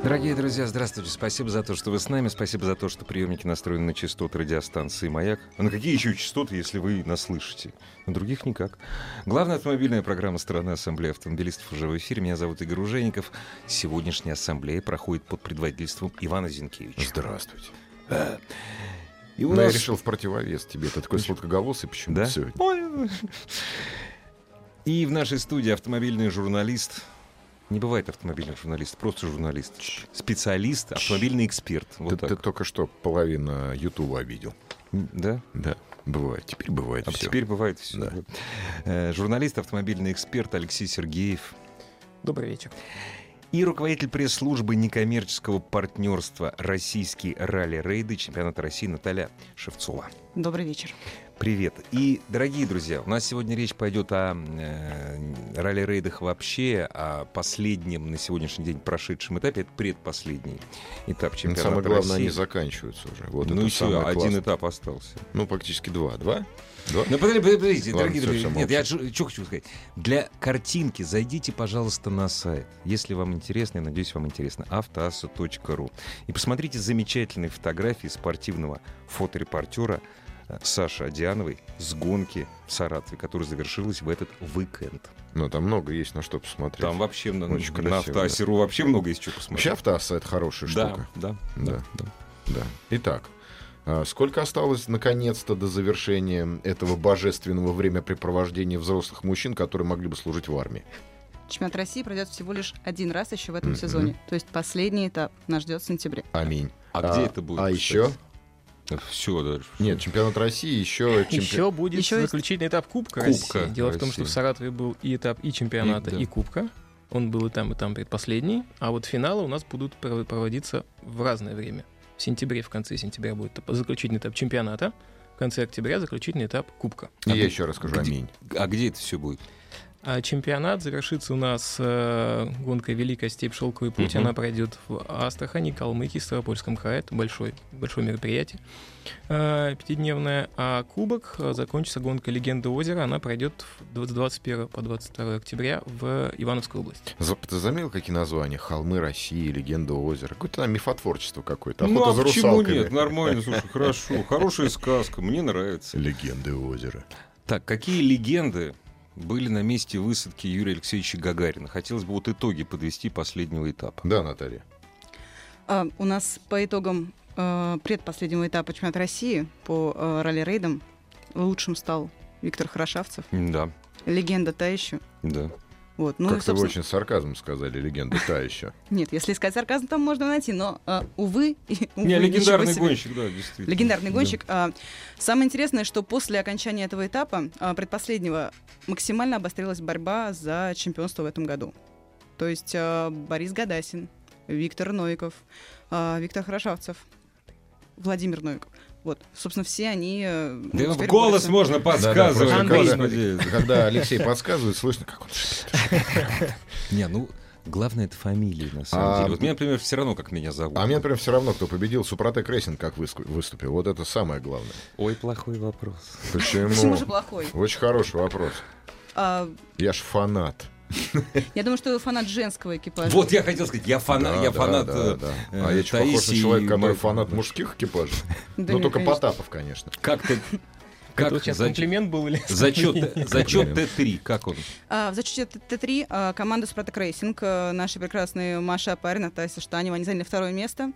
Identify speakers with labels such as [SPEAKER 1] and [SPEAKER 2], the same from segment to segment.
[SPEAKER 1] Дорогие друзья, здравствуйте. Спасибо за то, что вы с нами. Спасибо за то, что приемники настроены на частоты радиостанции «Маяк». А на какие еще частоты, если вы нас слышите? На других никак. Главная автомобильная программа страны Ассамблеи автомобилистов уже в эфире. Меня зовут Игорь Ужеников. Сегодняшняя ассамблея проходит под предводительством Ивана Зинкевича.
[SPEAKER 2] Здравствуйте.
[SPEAKER 1] И у
[SPEAKER 2] Но Ну, я
[SPEAKER 1] нас...
[SPEAKER 2] решил в противовес тебе. Ты такой сладкоголосый почему-то
[SPEAKER 1] Да?
[SPEAKER 2] сегодня.
[SPEAKER 1] Ой. И в нашей студии автомобильный журналист. Не бывает автомобильных журналистов, просто журналист. Специалист, автомобильный эксперт. Вот
[SPEAKER 2] ты,
[SPEAKER 1] так.
[SPEAKER 2] ты только что половину Ютуба обидел.
[SPEAKER 1] М, Да?
[SPEAKER 2] Да. Бывает. Теперь бывает Ну,
[SPEAKER 1] А
[SPEAKER 2] все.
[SPEAKER 1] теперь бывает все.
[SPEAKER 2] Да.
[SPEAKER 1] Журналист, автомобильный эксперт Алексей Сергеев
[SPEAKER 3] Добрый вечер.
[SPEAKER 1] и руководитель пресс-службы некоммерческого партнерства «Российский ралли-рейды» чемпионата России Наталья Шевцова.
[SPEAKER 4] Добрый вечер.
[SPEAKER 1] Привет. И, дорогие друзья, у нас сегодня речь пойдет о э, ралли-рейдах вообще, о последнем на сегодняшний день прошедшем этапе, это предпоследний этап
[SPEAKER 2] Ну,
[SPEAKER 1] чемпионата
[SPEAKER 2] Самое главное,
[SPEAKER 1] России.
[SPEAKER 2] они заканчиваются уже. Вот
[SPEAKER 1] ну
[SPEAKER 2] это
[SPEAKER 1] и всё,
[SPEAKER 2] самое
[SPEAKER 1] один
[SPEAKER 2] классное.
[SPEAKER 1] этап остался.
[SPEAKER 2] Ну, практически два. Два? Два?
[SPEAKER 1] Ну, подожди, подожди, подождите,
[SPEAKER 2] Ладно,
[SPEAKER 1] дорогие
[SPEAKER 2] всё,
[SPEAKER 1] друзья.
[SPEAKER 2] всё,
[SPEAKER 1] Нет, я ж- чё хочу сказать. Для картинки зайдите, пожалуйста, на сайт. Если вам интересно, я надеюсь, вам интересно, автоасса.ру. И посмотрите замечательные фотографии спортивного фоторепортера э, Саши Адиановой с гонки в Саратове, которая завершилась в этот уикенд.
[SPEAKER 2] Ну, там много есть на что посмотреть.
[SPEAKER 1] Там вообще на,
[SPEAKER 2] Очень
[SPEAKER 1] на
[SPEAKER 2] красиво,
[SPEAKER 1] автоассе.ру вообще много есть чего
[SPEAKER 2] Вообще
[SPEAKER 1] посмотреть.
[SPEAKER 2] автоасса — это хорошая
[SPEAKER 1] да,
[SPEAKER 2] штука.
[SPEAKER 1] да,
[SPEAKER 2] Да.
[SPEAKER 1] да.
[SPEAKER 2] Да. Итак, а, сколько осталось наконец-то до завершения этого божественного времяпрепровождения взрослых мужчин, которые могли бы служить в армии?
[SPEAKER 4] Чемпионат России пройдет всего лишь один раз еще в этом
[SPEAKER 2] Мгм.
[SPEAKER 4] сезоне. То есть последний этап нас ждет в сентябре.
[SPEAKER 2] Аминь.
[SPEAKER 1] А, где это будет?
[SPEAKER 2] А еще?
[SPEAKER 1] Все, да.
[SPEAKER 2] Нет, чемпионат России еще...
[SPEAKER 3] Еще будет
[SPEAKER 4] Еще есть-
[SPEAKER 3] заключительный этап Кубка,
[SPEAKER 1] Кубка
[SPEAKER 3] России. Дело в том,
[SPEAKER 1] России.
[SPEAKER 3] что в Саратове был и этап и чемпионата,
[SPEAKER 1] И,
[SPEAKER 3] и,
[SPEAKER 1] да.
[SPEAKER 3] Кубка. Он был и там, и там предпоследний. А вот финалы у нас будут пров- проводиться в разное время. В сентябре, в конце сентября будет этап- заключительный этап чемпионата. В конце октября заключительный этап Кубка.
[SPEAKER 2] И я еще расскажу
[SPEAKER 1] Где?
[SPEAKER 2] аминь.
[SPEAKER 1] А где это все будет?
[SPEAKER 3] А чемпионат завершится у нас э, гонкой «Великая степь. Шелковый путь».
[SPEAKER 1] Мгм.
[SPEAKER 3] Она пройдет в Астрахани, Калмыкии, Ставропольском крае. Это большой, большое мероприятие э, пятидневное. А кубок э, закончится гонкой «Легенда озера». Она пройдет в- с 21 по 22 октября в Ивановской области.
[SPEAKER 2] За- Ты заметил, какие названия? Холмы России, легенда озера. Какое-то там мифотворчество какое-то.
[SPEAKER 1] ну,
[SPEAKER 2] Охота
[SPEAKER 1] а
[SPEAKER 2] за
[SPEAKER 1] почему
[SPEAKER 2] русалками.
[SPEAKER 1] нет? Нормально, слушай, хорошо. Хорошая сказка, мне нравится.
[SPEAKER 2] Легенды озера.
[SPEAKER 1] Так, какие легенды были на месте высадки Юрия Алексеевича Гагарина? Хотелось бы вот итоги подвести последнего этапа.
[SPEAKER 2] Да, Наталья.
[SPEAKER 4] А, у нас по итогам э, предпоследнего этапа чемпионата России по э, ралли-рейдам лучшим стал Виктор Хорошавцев.
[SPEAKER 1] Да,
[SPEAKER 4] Легенда та еще.
[SPEAKER 1] да.
[SPEAKER 4] Вот. Ну, и,
[SPEAKER 2] Как-то вы очень
[SPEAKER 4] собственно,
[SPEAKER 2] с сарказмом сказали, легенда та еще.
[SPEAKER 4] Нет, если искать сарказм, там можно найти, но, э, увы, и, увы,
[SPEAKER 1] Не,
[SPEAKER 4] ничего
[SPEAKER 1] легендарный
[SPEAKER 4] себе.
[SPEAKER 1] гонщик, да, действительно.
[SPEAKER 4] Легендарный
[SPEAKER 1] Да.
[SPEAKER 4] гонщик. А, Самое интересное, что после окончания этого этапа, а, предпоследнего, максимально обострилась борьба за чемпионство в этом году. То есть а, Борис Гадасин, Виктор Новиков, а, Виктор Хорошавцев, Владимир Новиков. Вот, собственно, все они... э,
[SPEAKER 1] Да его в
[SPEAKER 4] теперь
[SPEAKER 1] голос
[SPEAKER 4] борются.
[SPEAKER 1] можно подсказывать,
[SPEAKER 3] Да-да, просто
[SPEAKER 1] господи.
[SPEAKER 2] Когда Алексей подсказывает, слышно, как он
[SPEAKER 1] Не, ну, главное, это фамилии, на самом
[SPEAKER 2] А-
[SPEAKER 1] деле. Вот меня, например, все равно, как меня зовут.
[SPEAKER 2] А мне, например, все равно, кто победил. Супротек Рейсинг как выску- выступил. Вот это самое главное.
[SPEAKER 1] Ой, плохой вопрос.
[SPEAKER 4] Почему
[SPEAKER 2] Почему?
[SPEAKER 4] же плохой?
[SPEAKER 2] Очень хороший вопрос.
[SPEAKER 4] А,
[SPEAKER 2] Я ж фанат.
[SPEAKER 4] я думаю, что фанат женского экипажа.
[SPEAKER 1] Вот я хотел сказать, я фанат,
[SPEAKER 2] Да,
[SPEAKER 1] я
[SPEAKER 2] да,
[SPEAKER 1] фанат...
[SPEAKER 2] да,
[SPEAKER 1] э,
[SPEAKER 2] да.
[SPEAKER 1] э,
[SPEAKER 2] А я че, похож на
[SPEAKER 1] Таисии
[SPEAKER 2] человека, который
[SPEAKER 1] Мак-
[SPEAKER 2] фанат мужских экипажей?
[SPEAKER 4] Да
[SPEAKER 2] Ну,
[SPEAKER 4] нет,
[SPEAKER 2] только
[SPEAKER 4] конечно.
[SPEAKER 2] Потапов, конечно.
[SPEAKER 1] Как ты...
[SPEAKER 3] Это вот
[SPEAKER 1] Как
[SPEAKER 3] сейчас
[SPEAKER 1] за-
[SPEAKER 3] комплимент был или...
[SPEAKER 1] Зачет, зачет
[SPEAKER 2] Блин.
[SPEAKER 1] Т3, как он?
[SPEAKER 4] А, В зачете Т3 а, команда Супротек Рейсинг, а, наши прекрасные Маша Апарина, Тася Штанева, они заняли второе место.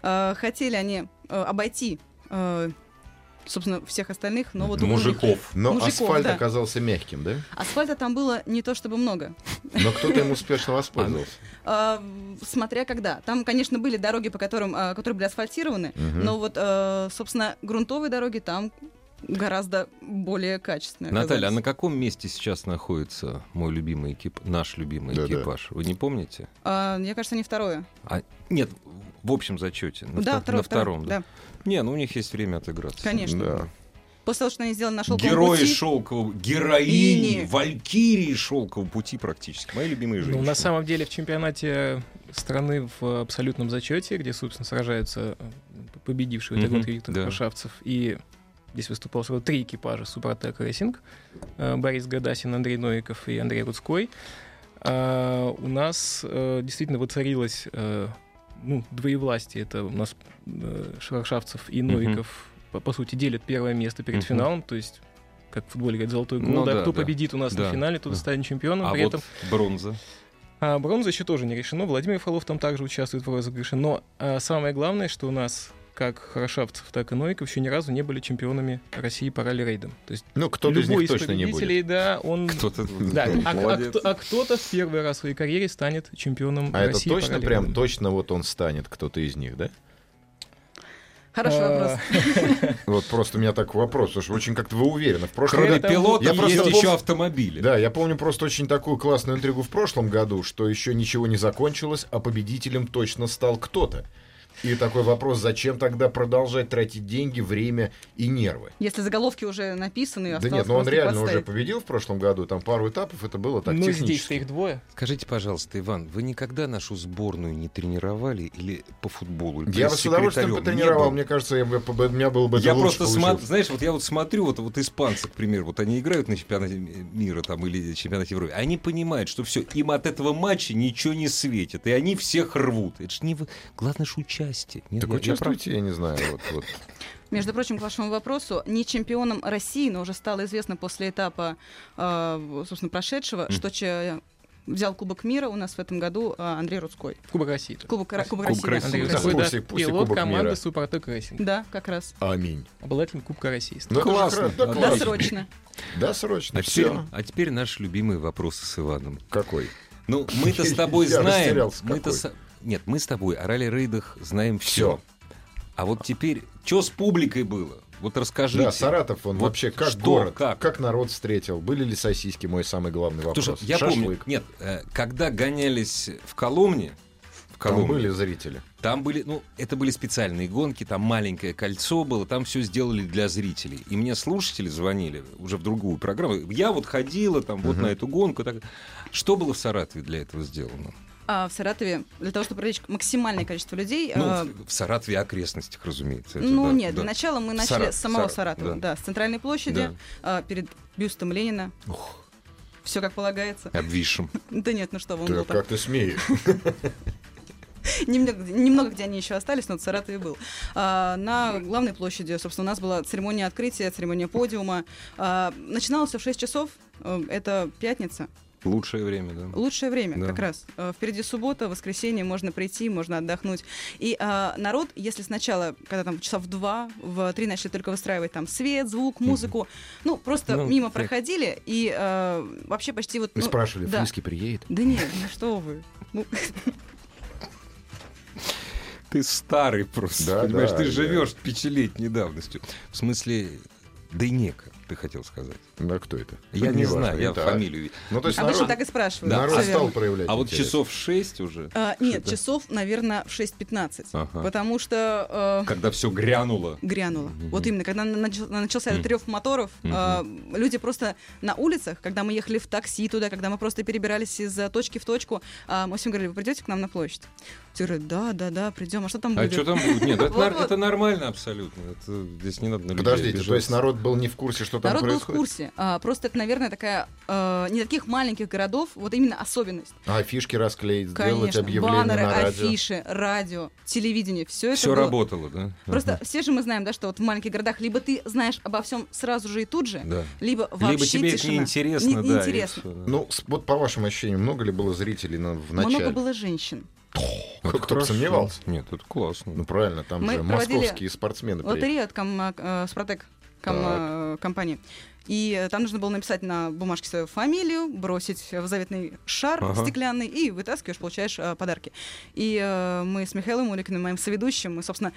[SPEAKER 4] А, Хотели они а, обойти, а, собственно, всех остальных, но А вот... угол у них-
[SPEAKER 2] Но
[SPEAKER 4] Мужиков,
[SPEAKER 2] асфальт
[SPEAKER 4] да.
[SPEAKER 2] оказался мягким, да?
[SPEAKER 4] Асфальта там было не то чтобы много,
[SPEAKER 2] Но кто-то им успешно воспользовался.
[SPEAKER 4] А, в- смотря когда. Там, конечно, были дороги, по которым, а, которые были асфальтированы,
[SPEAKER 2] Мгм.
[SPEAKER 4] но вот, а, собственно, грунтовые дороги там гораздо более качественные.
[SPEAKER 1] Наталья, а
[SPEAKER 4] оказались.
[SPEAKER 1] на каком месте сейчас находится мой любимый экип... наш любимый
[SPEAKER 2] Да-да.
[SPEAKER 1] экипаж? Вы не помните?
[SPEAKER 4] А, Мне кажется, не второе.
[SPEAKER 1] А... Нет, В общем зачете. На,
[SPEAKER 4] да,
[SPEAKER 1] втор- на втором. да.
[SPEAKER 4] да.
[SPEAKER 1] Не, ну у них есть время отыграться.
[SPEAKER 4] Конечно.
[SPEAKER 2] Да.
[SPEAKER 4] После того, что они сделали на шелковом
[SPEAKER 1] Герои
[SPEAKER 4] пути,
[SPEAKER 1] шелкового,
[SPEAKER 4] Ини.
[SPEAKER 1] героини, валькирии шелкового пути практически. Мои любимые
[SPEAKER 3] Ну,
[SPEAKER 1] женщины.
[SPEAKER 3] на самом деле в чемпионате страны в абсолютном зачете, где, собственно, сражаются э, победившие в этой
[SPEAKER 1] Мгм,
[SPEAKER 3] гонке Виктор
[SPEAKER 1] да.
[SPEAKER 3] Крушавцев, и здесь выступал сразу три экипажа Супротек Рейсинг, э, Борис Гадасин, Андрей Новиков и Андрей Рудской. А, У нас э, действительно воцарилось э, ну, двоевластие. Это у нас э, Шаршавцев и
[SPEAKER 1] Мгм.
[SPEAKER 3] Новиков, по, по сути, делят первое место перед
[SPEAKER 1] Мгм.
[SPEAKER 3] финалом, то есть как в футболе говорят, золотой гол,
[SPEAKER 1] Ну
[SPEAKER 3] да,
[SPEAKER 1] да,
[SPEAKER 3] кто
[SPEAKER 1] да.
[SPEAKER 3] победит у нас
[SPEAKER 1] Да.
[SPEAKER 3] на финале, тот и
[SPEAKER 1] Да.
[SPEAKER 3] станет чемпионом.
[SPEAKER 1] а
[SPEAKER 3] при
[SPEAKER 1] вот
[SPEAKER 3] этом
[SPEAKER 1] бронза.
[SPEAKER 3] а бронза еще тоже не решено. Владимир Фролов там также участвует в розыгрыше. Но а, самое главное, что у нас как Хорошавцев, так и Новиков еще ни разу не были чемпионами России по ралли-рейдам. То есть
[SPEAKER 2] Ну, кто-то из
[SPEAKER 3] любой
[SPEAKER 2] них точно не будет.
[SPEAKER 3] победителей, да, он...
[SPEAKER 1] Кто-то...
[SPEAKER 3] Да, а- а,
[SPEAKER 1] Молодец.
[SPEAKER 3] кто- а кто-то в первый раз в своей карьере станет чемпионом
[SPEAKER 2] А это
[SPEAKER 3] России по
[SPEAKER 2] точно
[SPEAKER 3] ралли-рейдам.
[SPEAKER 2] прям, точно вот он станет, кто-то из них, да?
[SPEAKER 4] хороший
[SPEAKER 3] А,
[SPEAKER 4] вопрос.
[SPEAKER 2] Вот просто у меня такой вопрос, потому что очень как-то вы уверены. В прошлом
[SPEAKER 1] Кроме
[SPEAKER 3] это-
[SPEAKER 1] пилота
[SPEAKER 2] я
[SPEAKER 1] есть
[SPEAKER 2] просто помню-
[SPEAKER 1] еще автомобили.
[SPEAKER 2] Да, я помню просто очень такую классную интригу в прошлом году, что еще ничего не закончилось, а победителем точно стал кто-то. И такой вопрос, зачем тогда продолжать тратить деньги, время и нервы?
[SPEAKER 4] Если заголовки уже написаны,
[SPEAKER 2] Да
[SPEAKER 4] осталось
[SPEAKER 2] нет, но он
[SPEAKER 4] просто
[SPEAKER 2] реально уже
[SPEAKER 4] подставить.
[SPEAKER 2] победил в прошлом году, там пару этапов, это было так
[SPEAKER 3] Ну, здесь-то
[SPEAKER 2] технически.
[SPEAKER 3] их двое.
[SPEAKER 1] Скажите, пожалуйста, Иван, вы никогда нашу сборную не тренировали или по футболу? или
[SPEAKER 2] Я бы с удовольствием
[SPEAKER 1] пресс-секретарем не
[SPEAKER 2] потренировал,
[SPEAKER 1] был?
[SPEAKER 2] мне кажется, я бы, у меня было бы это
[SPEAKER 1] Я
[SPEAKER 2] лучше
[SPEAKER 1] просто
[SPEAKER 2] получилось.
[SPEAKER 1] смотрю, знаешь, вот я вот смотрю, вот, вот испанцы, к примеру, вот они играют на чемпионате э, мира там или чемпионате Европы, они понимают, что все, им от этого матча ничего не светит, и они всех рвут. Это ж не вы, главное же участие. Нет,
[SPEAKER 2] Так
[SPEAKER 1] я- я
[SPEAKER 2] участвуйте, я не знаю. Вот, вот.
[SPEAKER 4] Между прочим, к вашему вопросу, не чемпионом России, но уже стало известно после этапа, э, собственно, прошедшего, что че- взял Кубок мира у нас в этом году э, Андрей Рудской.
[SPEAKER 3] В Кубок России.
[SPEAKER 4] Кубок, Ра- Кубок
[SPEAKER 1] Кубок
[SPEAKER 4] России. да.
[SPEAKER 1] России,
[SPEAKER 3] Андрей
[SPEAKER 1] Да,
[SPEAKER 3] Рудской, да,
[SPEAKER 2] пусть и- пусть и
[SPEAKER 3] пилот
[SPEAKER 2] Кубок
[SPEAKER 3] команды
[SPEAKER 2] мира.
[SPEAKER 3] Супротек Рейсинг.
[SPEAKER 4] Да, как раз.
[SPEAKER 2] Аминь.
[SPEAKER 3] Обладатель Кубка России.
[SPEAKER 2] Ну, это же
[SPEAKER 1] Классно.
[SPEAKER 2] кра- Да,
[SPEAKER 1] Отлично.
[SPEAKER 2] классно.
[SPEAKER 4] Досрочно.
[SPEAKER 2] Да, срочно.
[SPEAKER 1] А теперь,
[SPEAKER 2] Все.
[SPEAKER 1] а теперь наши любимые вопросы с Иваном.
[SPEAKER 2] Какой?
[SPEAKER 1] Ну, мы-то с тобой
[SPEAKER 2] Я
[SPEAKER 1] знаем.
[SPEAKER 2] растерялся,
[SPEAKER 1] Мы-то
[SPEAKER 2] какой.
[SPEAKER 1] с- Нет, мы с тобой о ралли-рейдах знаем
[SPEAKER 2] Всё.
[SPEAKER 1] все. А вот теперь, что с публикой было? Вот расскажите.
[SPEAKER 2] Да, Саратов, он
[SPEAKER 1] Вот
[SPEAKER 2] вообще как
[SPEAKER 1] что,
[SPEAKER 2] город, как?
[SPEAKER 1] как?
[SPEAKER 2] народ встретил, были ли сосиски, мой самый главный
[SPEAKER 1] Потому
[SPEAKER 2] вопрос.
[SPEAKER 1] что я помню,
[SPEAKER 2] Шашлык.
[SPEAKER 1] нет, э, когда гонялись в Коломне, в
[SPEAKER 2] Там
[SPEAKER 1] Коломне,
[SPEAKER 2] были зрители.
[SPEAKER 1] там были, ну, это были специальные гонки, там маленькое кольцо было, там все сделали для зрителей. И мне слушатели звонили уже в другую программу. Я вот ходила там вот на эту гонку. Так. Что было в Саратове для этого сделано?
[SPEAKER 4] А в Саратове для того, чтобы привлечь максимальное количество людей...
[SPEAKER 1] Ну,
[SPEAKER 4] э,
[SPEAKER 1] в- в Саратове и окрестностях, разумеется. это
[SPEAKER 4] Ну
[SPEAKER 1] да,
[SPEAKER 4] нет,
[SPEAKER 1] да.
[SPEAKER 4] для начала мы
[SPEAKER 1] В
[SPEAKER 4] начали
[SPEAKER 1] Саратов-
[SPEAKER 4] с самого
[SPEAKER 1] Саратов,
[SPEAKER 4] Саратова, да.
[SPEAKER 1] да.
[SPEAKER 4] с центральной площади, а, перед бюстом Ленина. Все как полагается.
[SPEAKER 1] Обвисшим.
[SPEAKER 4] Да нет, ну что, вы, он
[SPEAKER 2] Да
[SPEAKER 4] был там.
[SPEAKER 2] как ты смеешь?
[SPEAKER 4] Немного, немного где они еще остались, но в Саратове был. А, на главной площади, собственно, у нас была церемония открытия, церемония подиума. А, начиналось все в 6 часов, э, это пятница.
[SPEAKER 1] Лучшее время, да.
[SPEAKER 4] Лучшее время
[SPEAKER 1] Да.
[SPEAKER 4] как раз. Э, Впереди суббота, воскресенье, можно прийти, можно отдохнуть. И а, народ, если сначала, когда там часа в два, в три начали только выстраивать там свет, звук, музыку, ну, просто
[SPEAKER 1] Ну,
[SPEAKER 4] мимо
[SPEAKER 1] так.
[SPEAKER 4] проходили и а, вообще почти вот...
[SPEAKER 2] Мы
[SPEAKER 4] ну,
[SPEAKER 2] спрашивали,
[SPEAKER 4] да.
[SPEAKER 2] Фриски приедет?
[SPEAKER 4] Да нет, ну что вы. Ну,
[SPEAKER 1] Ты старый просто,
[SPEAKER 2] Да,
[SPEAKER 1] понимаешь,
[SPEAKER 2] да,
[SPEAKER 1] ты
[SPEAKER 2] я-
[SPEAKER 1] живешь пятилетней давностью. В смысле, Дейнека, ты хотел сказать.
[SPEAKER 2] Да кто это?
[SPEAKER 1] Я
[SPEAKER 2] Ну,
[SPEAKER 1] не
[SPEAKER 2] неважно,
[SPEAKER 1] знаю, я
[SPEAKER 2] это-
[SPEAKER 1] фамилию. видел.
[SPEAKER 2] Ну, то есть
[SPEAKER 4] обычно
[SPEAKER 2] народ,
[SPEAKER 4] А так и спрашивают.
[SPEAKER 1] Да,
[SPEAKER 2] народ
[SPEAKER 4] всё
[SPEAKER 2] стал
[SPEAKER 4] верно.
[SPEAKER 2] проявлять
[SPEAKER 1] А вот
[SPEAKER 2] интерес.
[SPEAKER 1] часов шесть уже,
[SPEAKER 4] А, нет,
[SPEAKER 1] Что-то.
[SPEAKER 4] часов, наверное, в 6.15.
[SPEAKER 1] Ага.
[SPEAKER 4] Потому что э,
[SPEAKER 1] когда все грянуло.
[SPEAKER 4] грянуло. Вот именно, когда на- начал- начался этот рев моторов,
[SPEAKER 1] Мгм.
[SPEAKER 4] э, люди просто на улицах, когда мы ехали в такси туда, когда мы просто перебирались из э, точки в точку, э, мы всем говорили, вы придете к нам на площадь? Все говорят, да, да, да, придем, а что там
[SPEAKER 1] А
[SPEAKER 4] будет?
[SPEAKER 1] что там будет? Нет, это,
[SPEAKER 4] Вот,
[SPEAKER 1] нар-
[SPEAKER 4] вот.
[SPEAKER 1] это нормально абсолютно. Это, здесь не надо на людей
[SPEAKER 2] Подождите, то есть
[SPEAKER 1] обижаться.
[SPEAKER 2] народ был не в курсе, что там
[SPEAKER 4] Народ был в
[SPEAKER 2] происходит?
[SPEAKER 4] курсе. А, просто это, наверное, такая э, не таких маленьких городов, вот именно особенность.
[SPEAKER 2] А фишки расклеить, сделать
[SPEAKER 4] Конечно,
[SPEAKER 2] объявление
[SPEAKER 4] баннеры,
[SPEAKER 2] на радио.
[SPEAKER 4] афиши, радио, телевидение, все это
[SPEAKER 1] Все
[SPEAKER 4] было.
[SPEAKER 1] работало, да?
[SPEAKER 4] Просто все же мы знаем, да, что вот в маленьких городах либо ты знаешь обо всем сразу же и тут же,
[SPEAKER 1] Да.
[SPEAKER 4] либо вообще
[SPEAKER 1] Либо тебе это
[SPEAKER 4] тишина.
[SPEAKER 1] неинтересно,
[SPEAKER 4] Не-
[SPEAKER 1] да. и
[SPEAKER 4] неинтересно.
[SPEAKER 1] всё, да.
[SPEAKER 2] Ну, с- вот по вашим ощущениям, много ли было зрителей на- в начале?
[SPEAKER 4] Много было женщин.
[SPEAKER 1] Это
[SPEAKER 2] Кто бы
[SPEAKER 1] хорошо.
[SPEAKER 2] сомневался?
[SPEAKER 1] Нет, это классно.
[SPEAKER 2] Ну, правильно, там
[SPEAKER 4] Мы
[SPEAKER 2] же
[SPEAKER 4] проводили
[SPEAKER 2] московские спортсмены приехали.
[SPEAKER 4] Лотерея от ком, э, Спротек ком- э, компании. И э, там нужно было написать на бумажке свою фамилию, бросить в заветный шар
[SPEAKER 1] Ага.
[SPEAKER 4] стеклянный и вытаскиваешь, получаешь э, подарки. И э, мы с Михаилом Уликиным, моим соведущим, мы, собственно,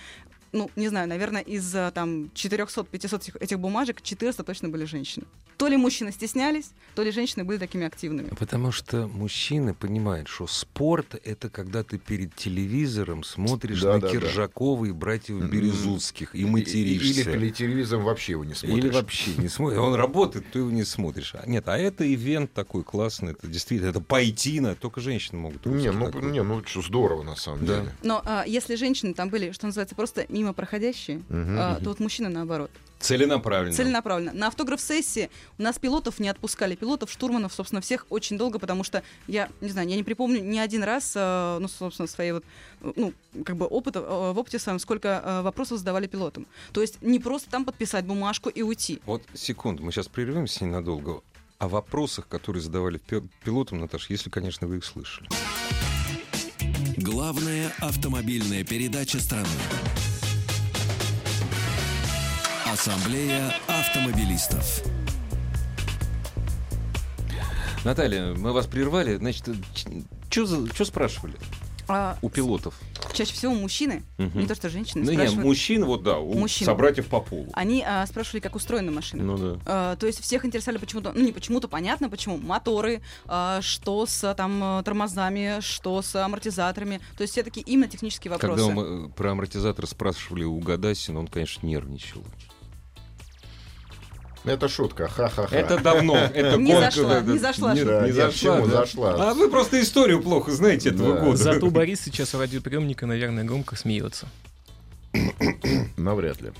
[SPEAKER 4] ну, не знаю, наверное, из э, там 400-500 этих- этих бумажек 400 точно были женщины. То ли мужчины стеснялись, то ли женщины были такими активными.
[SPEAKER 1] Потому что мужчины понимают, что спорт — это когда ты перед телевизором смотришь
[SPEAKER 2] Да,
[SPEAKER 1] на
[SPEAKER 2] да, да.
[SPEAKER 1] Киржакова и братьев Березутских и материшься.
[SPEAKER 2] Или перед телевизором вообще его не смотришь.
[SPEAKER 1] Или вообще не смотришь. Он работает, ты его не смотришь. А Нет, а это ивент такой классный. Это действительно, это пайтина. Только женщины могут.
[SPEAKER 2] Не,
[SPEAKER 1] русские
[SPEAKER 2] ну,
[SPEAKER 1] такое.
[SPEAKER 2] не, ну что, здорово на самом
[SPEAKER 1] Да.
[SPEAKER 2] деле.
[SPEAKER 4] Но а, если женщины там были, что называется, просто мимо проходящие,
[SPEAKER 2] Мгм.
[SPEAKER 4] а, то вот мужчины наоборот.
[SPEAKER 1] Целенаправленно.
[SPEAKER 4] Целенаправленно. На автограф-сессии у нас пилотов не отпускали. Пилотов, штурманов, собственно, всех очень долго, потому что я, не знаю, я не припомню ни один раз, э, ну, собственно, своей вот, э, ну, как бы опыта, э, в опыте своем, сколько э, вопросов задавали пилотам. То есть не просто там подписать бумажку и уйти.
[SPEAKER 1] Вот, секунду, мы сейчас прервемся ненадолго. О вопросах, которые задавали пи- пилотам, Наташа, если, конечно, вы их слышали.
[SPEAKER 5] Главная автомобильная передача страны. Ассамблея автомобилистов.
[SPEAKER 1] Наталья, мы вас прервали. Значит, что спрашивали
[SPEAKER 4] А
[SPEAKER 1] у пилотов?
[SPEAKER 4] чаще всего мужчины,
[SPEAKER 1] Мгм.
[SPEAKER 4] не то что женщины,
[SPEAKER 1] Ну, не,
[SPEAKER 4] спрашивают,
[SPEAKER 1] мужчин, вот да, у
[SPEAKER 4] Мужчин.
[SPEAKER 1] собратьев по полу.
[SPEAKER 4] они а, спрашивали, как устроена машина.
[SPEAKER 1] Ну да.
[SPEAKER 4] Э, То есть всех интересовали почему-то, ну не почему-то, понятно почему, моторы, э, что с э, там э, тормозами, что с амортизаторами. То есть все такие именно технические вопросы.
[SPEAKER 1] Когда мы э, про амортизатор спрашивали у Гадасина, он, конечно, нервничал.
[SPEAKER 2] Это шутка, ха-ха-ха.
[SPEAKER 1] Это давно. Это
[SPEAKER 4] Не
[SPEAKER 1] год.
[SPEAKER 4] зашла,
[SPEAKER 1] когда-
[SPEAKER 4] не зашла
[SPEAKER 1] Нет,
[SPEAKER 2] шутка.
[SPEAKER 1] не
[SPEAKER 2] Да,
[SPEAKER 1] зашла,
[SPEAKER 2] почему
[SPEAKER 1] да.
[SPEAKER 2] зашла?
[SPEAKER 1] А вы просто историю плохо знаете этого
[SPEAKER 2] Да.
[SPEAKER 1] года.
[SPEAKER 3] Зато Борис сейчас у радиоприемника, наверное, громко смеется.
[SPEAKER 2] Навряд ли.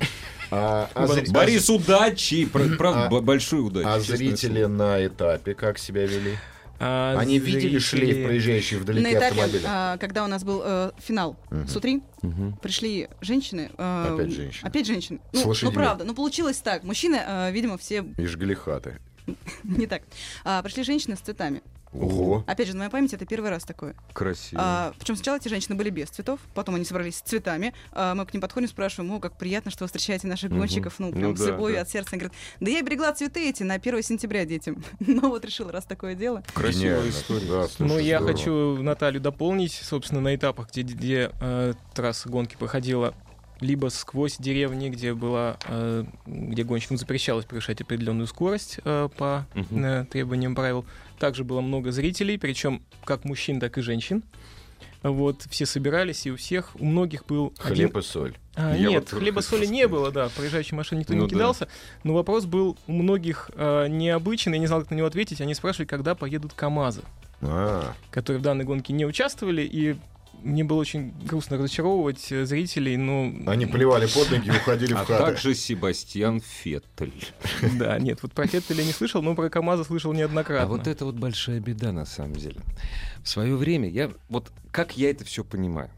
[SPEAKER 2] А, а зри-
[SPEAKER 1] Ну, Борис, удачи! Про- Правда,
[SPEAKER 2] А-
[SPEAKER 1] бо- большой удачи.
[SPEAKER 2] а
[SPEAKER 1] честное
[SPEAKER 2] зрители
[SPEAKER 1] слово.
[SPEAKER 2] на этапе как себя вели?
[SPEAKER 3] А
[SPEAKER 2] Они
[SPEAKER 3] зрители-
[SPEAKER 2] видели шлейф, проезжающий
[SPEAKER 4] На
[SPEAKER 2] вдалеке
[SPEAKER 4] этапе,
[SPEAKER 2] автомобиля?
[SPEAKER 4] э, когда у нас был э, финал
[SPEAKER 2] Мгм.
[SPEAKER 4] Су-3,
[SPEAKER 1] Мгм.
[SPEAKER 4] пришли женщины. э,
[SPEAKER 2] Опять женщины.
[SPEAKER 4] Опять женщины. Ну,
[SPEAKER 2] С
[SPEAKER 4] ну,
[SPEAKER 2] лошадьми.
[SPEAKER 4] правда, ну получилось так. Мужчины, э, видимо, все
[SPEAKER 2] И жгли хаты.
[SPEAKER 4] не так. А, пришли женщины с цветами.
[SPEAKER 2] Ого.
[SPEAKER 4] Опять же, на моей памяти это первый раз такое.
[SPEAKER 1] Красиво.
[SPEAKER 4] причем А, сначала эти женщины были без цветов, потом они собрались с цветами. А, мы к ним подходим, спрашиваем, о, как приятно, что вы встречаете наших
[SPEAKER 1] Мгм.
[SPEAKER 4] гонщиков, ну, прям
[SPEAKER 1] Ну
[SPEAKER 4] с
[SPEAKER 1] да,
[SPEAKER 4] любовью
[SPEAKER 1] да.
[SPEAKER 4] от сердца. Они говорят, да я берегла цветы эти на 1 сентября детям. Но вот решила, раз такое дело.
[SPEAKER 1] Красивая
[SPEAKER 2] Гениально.
[SPEAKER 1] история.
[SPEAKER 2] Да, слушай,
[SPEAKER 3] Ну, я
[SPEAKER 2] здорово.
[SPEAKER 3] хочу Наталью дополнить, собственно, на этапах, где, где э, трасса гонки проходила либо сквозь деревни, где была, э, где гонщикам запрещалось превышать определенную скорость э, по
[SPEAKER 1] Мгм. А
[SPEAKER 3] э, требованиям правил. Также было много зрителей, причем как мужчин, так и женщин. Вот, все собирались, и у всех, у многих был один-
[SPEAKER 2] Хлеб и соль.
[SPEAKER 3] А,
[SPEAKER 1] Я
[SPEAKER 3] нет,
[SPEAKER 1] вот
[SPEAKER 3] хлеба
[SPEAKER 1] хотел
[SPEAKER 3] соли не
[SPEAKER 1] сказать.
[SPEAKER 3] было, да, проезжающей машине никто
[SPEAKER 1] Ну
[SPEAKER 3] не
[SPEAKER 1] да.
[SPEAKER 3] кидался. Но вопрос был у многих э, необычный, я не знал, как на него ответить. Они спрашивали, когда поедут КАМАЗы,
[SPEAKER 2] А,
[SPEAKER 3] которые в данной гонке не участвовали, и мне было очень грустно разочаровывать э, зрителей, но...
[SPEAKER 2] Они плевали под ноги и уходили в
[SPEAKER 1] Ну, А
[SPEAKER 2] хаты.
[SPEAKER 1] также Себастьян Феттель.
[SPEAKER 3] Да, нет, вот про Феттеля я не слышал, но про КАМАЗы слышал неоднократно.
[SPEAKER 1] А вот это вот большая беда на самом деле. В свое время я вот как я это все понимаю.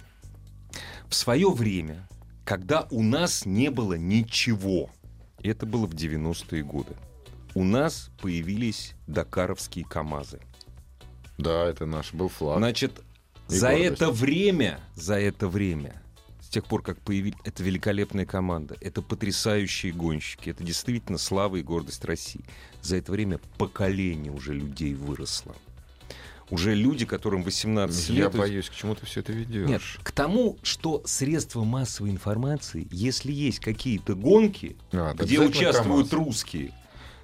[SPEAKER 1] В свое время, когда у нас не было ничего, и это было в 90-е годы, у нас появились дакаровские КАМАЗы.
[SPEAKER 2] Да, это наш был флаг.
[SPEAKER 1] Значит,
[SPEAKER 2] И
[SPEAKER 1] за
[SPEAKER 2] гордость.
[SPEAKER 1] это время, за это время, с тех пор, как появились, это великолепная команда, это потрясающие гонщики, это действительно слава и гордость России. За это время поколение уже людей выросло. Уже люди, которым 18
[SPEAKER 2] Я
[SPEAKER 1] лет... то есть-
[SPEAKER 2] боюсь, к чему ты все это
[SPEAKER 1] Нет,
[SPEAKER 2] ведешь.
[SPEAKER 1] к тому, что средства массовой информации, если есть какие-то гонки,
[SPEAKER 2] А, это
[SPEAKER 1] где
[SPEAKER 2] обязательно
[SPEAKER 1] участвуют
[SPEAKER 2] КамАЗ.
[SPEAKER 1] русские.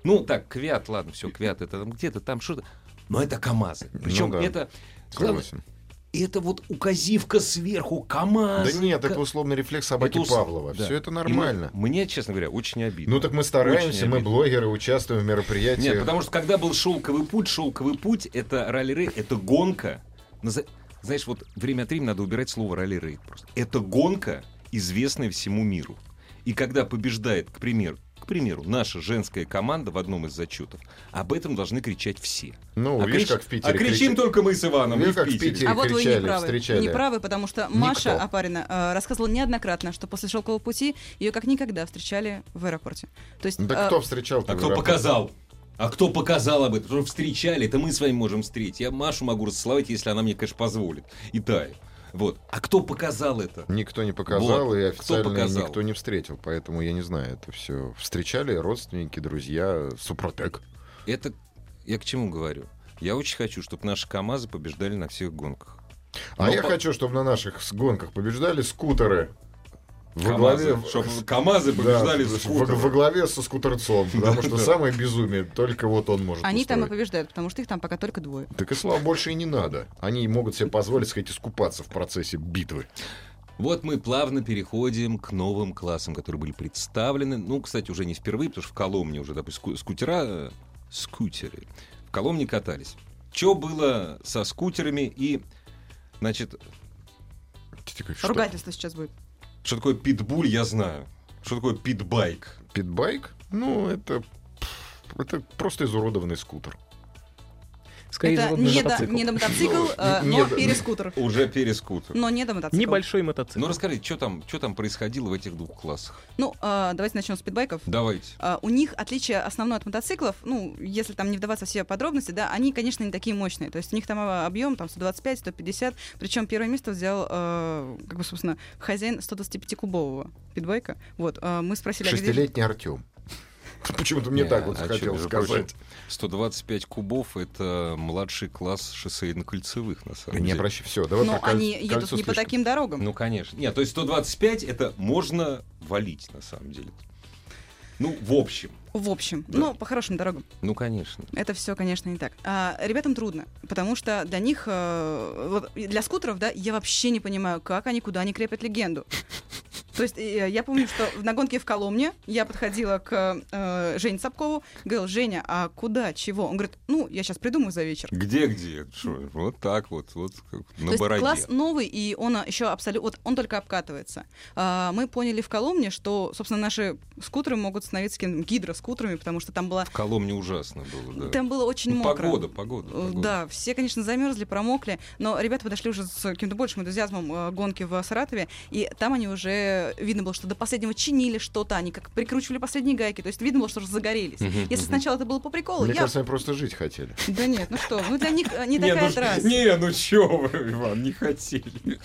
[SPEAKER 1] Ну, так, Квят, ладно, все, Квят, это там где-то, там что-то. Но это КАМАЗы.
[SPEAKER 2] Ну
[SPEAKER 1] Причем
[SPEAKER 2] да.
[SPEAKER 1] это... главное,
[SPEAKER 2] Согласен.
[SPEAKER 1] это вот указивка сверху, КАМАЗ.
[SPEAKER 2] Да нет,
[SPEAKER 1] а, К-
[SPEAKER 2] это условный рефлекс собаки
[SPEAKER 1] Это ус-
[SPEAKER 2] Павлова.
[SPEAKER 1] да.
[SPEAKER 2] Все это
[SPEAKER 1] И мы-
[SPEAKER 2] нормально.
[SPEAKER 1] мне, честно говоря, очень обидно.
[SPEAKER 2] Ну так мы стараемся,
[SPEAKER 1] Очень
[SPEAKER 2] мы
[SPEAKER 1] обидно.
[SPEAKER 2] блогеры, участвуем в мероприятии.
[SPEAKER 1] Нет, потому что когда был «Шелковый путь», «Шелковый путь» — это ралли-рейд, это гонка. Наза- Знаешь, вот время от времени надо убирать слово ралли-рейд просто. Это гонка, известная всему миру. И когда побеждает, к примеру, к примеру, наша женская команда в одном из зачетов, об этом должны кричать все.
[SPEAKER 2] Ну,
[SPEAKER 1] а,
[SPEAKER 2] видишь,
[SPEAKER 1] крич-
[SPEAKER 2] как в Питере.
[SPEAKER 1] а кричим
[SPEAKER 2] кричат.
[SPEAKER 1] только мы с Иваном,
[SPEAKER 2] Видишь,
[SPEAKER 1] и в
[SPEAKER 2] как в
[SPEAKER 1] Питере.
[SPEAKER 2] Питере.
[SPEAKER 4] А вот вы не
[SPEAKER 2] кричали,
[SPEAKER 4] правы.
[SPEAKER 2] встречали.
[SPEAKER 4] Не правы, потому что
[SPEAKER 2] Никто.
[SPEAKER 4] Маша Апарина э, рассказывала неоднократно, что после шелкового пути ее как никогда встречали в аэропорте. То есть
[SPEAKER 2] Ну,
[SPEAKER 4] э,
[SPEAKER 2] Так кто встречал
[SPEAKER 1] А кто показал? А кто показал об этом? Потому что встречали, это мы с вами можем встретить. Я Машу могу расцеловать, если она мне, конечно, позволит. И Таю. Вот. А кто показал это?
[SPEAKER 2] Никто не показал,
[SPEAKER 1] Вот. а
[SPEAKER 2] и
[SPEAKER 1] Кто
[SPEAKER 2] официально
[SPEAKER 1] показал?
[SPEAKER 2] никто не встретил. Поэтому я не знаю, это все. Встречали родственники, друзья, Супротек.
[SPEAKER 1] Это я к чему говорю? Я очень хочу, чтобы наши КАМАЗы побеждали на всех гонках.
[SPEAKER 2] А
[SPEAKER 1] Ну,
[SPEAKER 2] я
[SPEAKER 1] по-
[SPEAKER 2] хочу, чтобы на наших с- гонках побеждали скутеры. Во
[SPEAKER 1] КАМАЗы,
[SPEAKER 2] главе...
[SPEAKER 1] чтоб КАМАЗы побеждали
[SPEAKER 2] Да,
[SPEAKER 1] за
[SPEAKER 2] во, во
[SPEAKER 1] скутер.
[SPEAKER 2] главе со скутерцом, потому что самое безумие, только вот он может
[SPEAKER 4] Они там и
[SPEAKER 2] устроить.
[SPEAKER 4] побеждают, потому что их там пока только двое.
[SPEAKER 2] Так и слава больше и не надо. Они могут себе позволить, сказать, искупаться в процессе битвы.
[SPEAKER 1] Вот мы плавно переходим к новым классам, которые были представлены. Ну, кстати, уже не впервые, потому что в Коломне уже, допустим, ску- скутера... э, Скутеры. В Коломне катались. Что было со скутерами и... Значит,
[SPEAKER 2] Типа, Что?
[SPEAKER 4] Ругательство сейчас будет.
[SPEAKER 1] что такое питбуль, я знаю. Что такое питбайк?
[SPEAKER 2] Питбайк? Ну, это... пф, Это просто изуродованный скутер.
[SPEAKER 3] Скорее
[SPEAKER 4] это
[SPEAKER 3] изумрудный
[SPEAKER 4] не, до,
[SPEAKER 3] мотоцикл.
[SPEAKER 4] не до мотоцикл, э,
[SPEAKER 2] Ну, не
[SPEAKER 4] но
[SPEAKER 2] до-
[SPEAKER 4] перескутер.
[SPEAKER 1] Уже перескутер.
[SPEAKER 4] Но не до мотоцикла.
[SPEAKER 3] Небольшой мотоцикл.
[SPEAKER 1] Ну, расскажите, что там, что там происходило в этих двух классах?
[SPEAKER 4] Ну, э, давайте начнем с питбайков.
[SPEAKER 1] Давайте.
[SPEAKER 4] А, У них отличие основное от мотоциклов, ну, если там не вдаваться в все подробности, да, они, конечно, не такие мощные. То есть у них там а, объем там 125-150, причем первое место взял, э, как бы, собственно, хозяин 125-кубового питбайка. Вот, э, мы спросили, а где-
[SPEAKER 2] Шестилетний Артем. Почему-то мне
[SPEAKER 1] Не,
[SPEAKER 2] так вот
[SPEAKER 1] а чё,
[SPEAKER 2] хотел
[SPEAKER 1] между прочим,
[SPEAKER 2] сказать.
[SPEAKER 1] 125 кубов — это младший класс шоссейно-кольцевых, на
[SPEAKER 2] Да
[SPEAKER 1] самом
[SPEAKER 2] не
[SPEAKER 1] деле.
[SPEAKER 2] обращай. Все, давай
[SPEAKER 4] Но
[SPEAKER 2] про коль-
[SPEAKER 4] они едут
[SPEAKER 2] кольцо
[SPEAKER 4] не по
[SPEAKER 2] слишком.
[SPEAKER 4] таким дорогам.
[SPEAKER 1] Ну, конечно. Нет, то есть 125 это можно валить, на самом деле. Ну, в общем.
[SPEAKER 4] В общем,
[SPEAKER 1] Да.
[SPEAKER 4] ну, по хорошим дорогам.
[SPEAKER 1] Ну, конечно.
[SPEAKER 4] Это все, конечно, не так. А, ребятам трудно, потому что для них, э, вот и для скутеров, да, я вообще не понимаю, как они, куда они крепят легенду. То есть э, я помню, что в- на гонке в Коломне я подходила к э, Жене Сапкову, говорила, Женя, а куда, чего? Он говорит, ну, я сейчас придумаю за вечер.
[SPEAKER 1] Где-где? Шо, Вот так вот, вот как на
[SPEAKER 4] То есть
[SPEAKER 1] бороде.
[SPEAKER 4] класс новый, и он еще абсолютно... Вот он только обкатывается. А, мы поняли в Коломне, что, собственно, наши скутеры могут становиться какими-то гидроскутерами, потому что там была...
[SPEAKER 1] В Коломне ужасно было, да.
[SPEAKER 4] Там было очень
[SPEAKER 1] Ну,
[SPEAKER 4] мокро.
[SPEAKER 1] погода, погода,
[SPEAKER 4] Э,
[SPEAKER 1] погода.
[SPEAKER 4] Да, все, конечно, замерзли, промокли, но ребята подошли уже с каким-то большим энтузиазмом э, гонки в Саратове, и там они уже видно было, что до последнего чинили что-то, они как прикручивали последние гайки, то есть видно было, что уже загорелись.
[SPEAKER 1] Мгм,
[SPEAKER 4] Если
[SPEAKER 1] мгм.
[SPEAKER 4] сначала это было по приколу,
[SPEAKER 2] Мне
[SPEAKER 4] я...
[SPEAKER 2] кажется, они просто жить хотели.
[SPEAKER 4] Да нет, ну что, ну для них э,
[SPEAKER 1] Не,
[SPEAKER 4] не такая
[SPEAKER 1] ну,
[SPEAKER 4] трасса.
[SPEAKER 1] Не, ну чё вы, Иван, не хотели.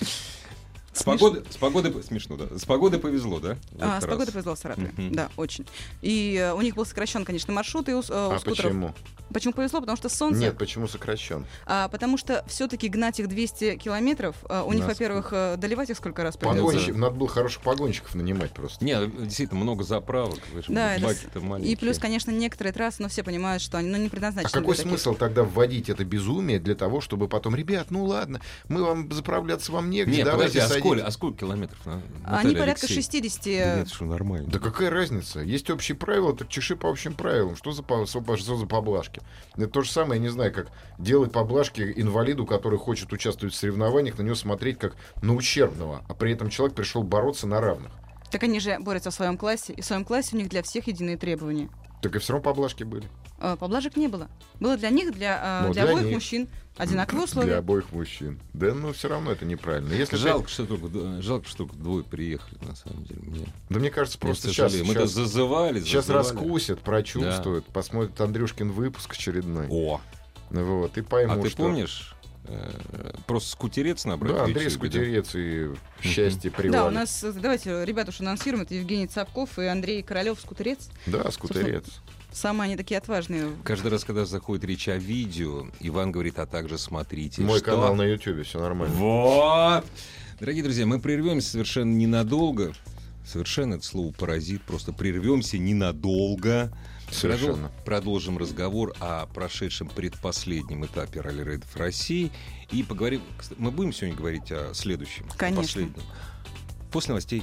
[SPEAKER 1] С погоды, с погоды по- смешно, да. С погоды повезло, да? в
[SPEAKER 4] А,
[SPEAKER 1] этот
[SPEAKER 4] с погодой
[SPEAKER 1] раз?
[SPEAKER 4] повезло в Саратове,
[SPEAKER 1] Мгм.
[SPEAKER 4] да, очень. И э, у них был сокращен, конечно, маршрут и у, с- э, у
[SPEAKER 2] А
[SPEAKER 4] скутеров.
[SPEAKER 2] почему?
[SPEAKER 4] Почему повезло? Потому что солнце...
[SPEAKER 2] Нет, почему сокращен?
[SPEAKER 4] А, потому что все-таки гнать их 200 километров, а, у них,
[SPEAKER 1] Насколько?
[SPEAKER 4] во-первых, э, доливать их сколько раз придется.
[SPEAKER 2] Погонщик, надо было хороших погонщиков нанимать просто.
[SPEAKER 1] Не, действительно, много заправок.
[SPEAKER 4] Да, это с-
[SPEAKER 1] баки-то маленькие.
[SPEAKER 4] И плюс, конечно, некоторые трассы, но все понимают, что они ну, не
[SPEAKER 2] А
[SPEAKER 4] предназначены.
[SPEAKER 2] какой
[SPEAKER 4] для таких.
[SPEAKER 2] смысл тогда вводить это безумие для того, чтобы потом, ребят, ну ладно, мы вам заправляться вам негде,
[SPEAKER 1] Не, подожди,
[SPEAKER 2] давайте
[SPEAKER 1] а
[SPEAKER 2] садитесь».
[SPEAKER 1] сколь- а сколько километров? на-
[SPEAKER 4] Они
[SPEAKER 1] Наталья
[SPEAKER 4] порядка
[SPEAKER 1] Алексеевна?
[SPEAKER 4] 60.
[SPEAKER 1] Да нет, что нормально.
[SPEAKER 2] Да какая разница? Есть общие правила, так чеши по общим правилам. Что за, по- со- что за поблажки? Это то же самое, я не знаю, как делать поблажки инвалиду, который хочет участвовать в соревнованиях, на него смотреть как на ущербного, а при этом человек пришел бороться на равных.
[SPEAKER 4] Так они же борются в своем классе, и в своем классе у них для всех единые требования.
[SPEAKER 2] Так и все равно поблажки были.
[SPEAKER 4] А, Поблажек не было. Было для них, для, а,
[SPEAKER 2] Ну,
[SPEAKER 4] для
[SPEAKER 2] для
[SPEAKER 4] обоих
[SPEAKER 2] них.
[SPEAKER 4] мужчин одинаковые
[SPEAKER 2] Для
[SPEAKER 4] условия.
[SPEAKER 2] обоих мужчин. Да, ну все равно это неправильно. Если ты-
[SPEAKER 1] Жалко, что только, да, жалко, что только двое приехали, на самом деле. Мне,
[SPEAKER 2] Да мне кажется,
[SPEAKER 1] мне
[SPEAKER 2] просто
[SPEAKER 1] сожалею.
[SPEAKER 2] сейчас...
[SPEAKER 1] Мы-то зазывали,
[SPEAKER 2] Сейчас
[SPEAKER 1] зазывали.
[SPEAKER 2] раскусят, прочувствуют, посмотрят Андрюшкин выпуск очередной.
[SPEAKER 1] О,
[SPEAKER 2] Вот, и
[SPEAKER 1] а
[SPEAKER 2] поймут,
[SPEAKER 1] ты
[SPEAKER 2] что...
[SPEAKER 1] помнишь? э, Просто скутерец набрать?
[SPEAKER 2] Да,
[SPEAKER 1] в
[SPEAKER 2] Андрей
[SPEAKER 1] Ютьюбе,
[SPEAKER 2] Скутерец и счастье привал.
[SPEAKER 4] Да, у нас, э, давайте, ребят уж анонсируем, это Евгений Цапков и Андрей Королев, скутерец.
[SPEAKER 2] Да, Скутерец.
[SPEAKER 4] Самые они такие отважные.
[SPEAKER 1] да? Каждый раз, когда заходит речь о видео, Иван говорит, а также смотрите.
[SPEAKER 2] Мой
[SPEAKER 1] что?
[SPEAKER 2] канал на Ютубе, все нормально.
[SPEAKER 1] Вот! Дорогие друзья, мы прервемся совершенно ненадолго. Совершенно это слово паразит. Просто прервемся ненадолго.
[SPEAKER 2] Совершенно.
[SPEAKER 1] Продол- Продолжим разговор о прошедшем предпоследнем этапе ралли-рейдов России. И поговорим... кстати, Мы будем сегодня говорить о следующем. о
[SPEAKER 4] Конечно.
[SPEAKER 1] последнем. После новостей